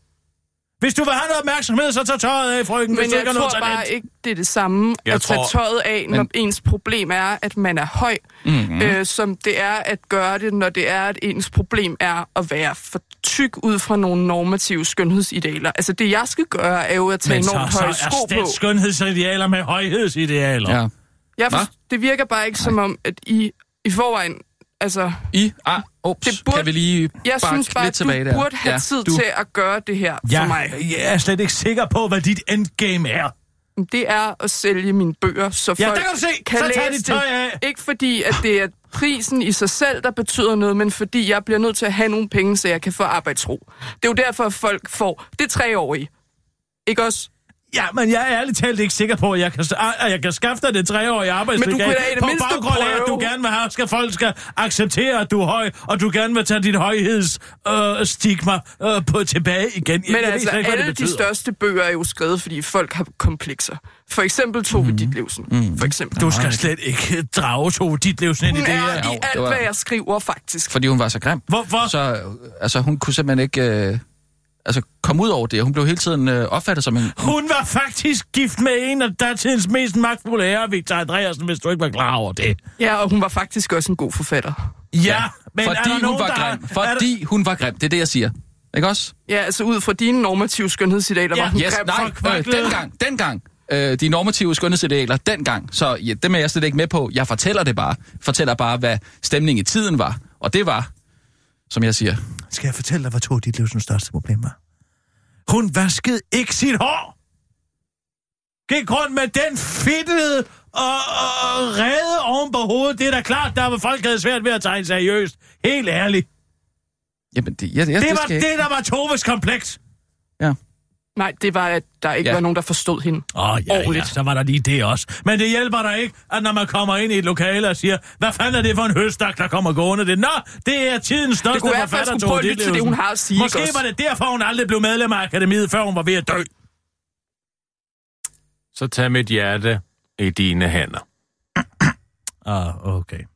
Hvis du vil have noget opmærksomhed, så tag tøjet af, frøken, hvis Men du jeg ikke har noget tror talent. bare ikke, det er det samme Jeg jeg at tage tror- tøjet af, når Men- men... ens problem er, at man er høj, Mhm. mm-hmm. øh, som det er at gøre det, når det er, at ens problem er at være for tyk ud fra nogle normative skønhedsidealer. Altså det, jeg skal gøre, er jo at tage Men så, enormt så høje er sko på. det skønhedsidealer med højhedsidealer. Ja. Jeg for... Det virker bare ikke som om, at I i forvejen... Altså, I, ah, ups, det burde, kan vi lige jeg bakke synes bare, lidt tilbage du der? burde have Ja, tid du- til at gøre det her for mig. Jeg, jeg er slet ikke sikker på, hvad dit endgame er. Det er at sælge mine bøger, så Ja, folk der kan du se. kan Så tag læse dit tøj af. det. Ikke fordi, at det er prisen i sig selv, der betyder noget, men fordi jeg bliver nødt til at have nogle penge, så jeg kan få arbejdsro. Det er jo derfor, at folk får det tre år i. Ikke også? Ja, men jeg er ærligt talt ikke sikker på, at jeg kan, ah, at jeg kan skaffe dig det treårige arbejdsliv. Men du kunne da i det på mindste baggrund af, at du prøve. gerne vil have, skal folk skal acceptere, at du er høj, og du gerne vil tage dit højhedsstigma øh, stigma, øh, på tilbage igen. Jeg- Men jeg ved altså, slet ikke, hvad det alle de betyder. største bøger er jo skrevet, fordi folk har komplekser. For eksempel Tove mm. Ditlevsen. Mm. For eksempel. Mhm. Du skal slet ikke drage to dit liv sådan Hun ind i det er her. i det alt, var- hvad jeg skriver, faktisk. Fordi hun var så grim. Hvorfor? Så, øh, altså, hun kunne simpelthen ikke... Øh, altså, kom ud over det, og hun blev hele tiden øh, opfattet som en... Hun var faktisk gift med en af datidens mest magtfulde herrer, Victor Andreasen, hvis du ikke var klar over det. Ja, og hun var faktisk også en god forfatter. Ja, men er fordi der nogen, hun var der... grim. Fordi hun var grim, det er det, jeg siger. Ikke også? Ja, altså ud fra dine normative skønhedsidealer ja, var hun yes, grim for nej, øh, kvaklet. dengang, dengang. Øh, de normative skønhedsidealer dengang, så ja, dem er jeg slet ikke med på. Jeg fortæller det bare. Fortæller bare, hvad stemningen i tiden var. Og det var, som jeg siger, Skal jeg fortælle dig, hvad to af dit livs største problem var? Hun vaskede ikke sit hår! Gik rundt med den fedtede og, og, og redde oven på hovedet. Det er da klart, der var folk havde svært ved at tegne seriøst. Helt ærligt. Jamen, det, jeg, jeg, det, det var skal jeg det, ikke. der var Toves kompleks. Nej, det var, at der ikke Ja. ja. var nogen, der forstod hende. Åh, oh, ja, ja, så var der lige det også. Men det hjælper dig ikke, at når man kommer ind i et lokale og siger, hvad fanden er det for en høstak, der kommer gående det? Nå, det er tidens største Det kunne være, at man forfatter, skulle prøve at Tove lytte til det, Ditlevsen. hun har at sige, Måske ikke også? var det derfor, hun aldrig blev medlem af akademiet, før hun var ved at dø. Så tag mit hjerte i dine hænder. Ah, okay.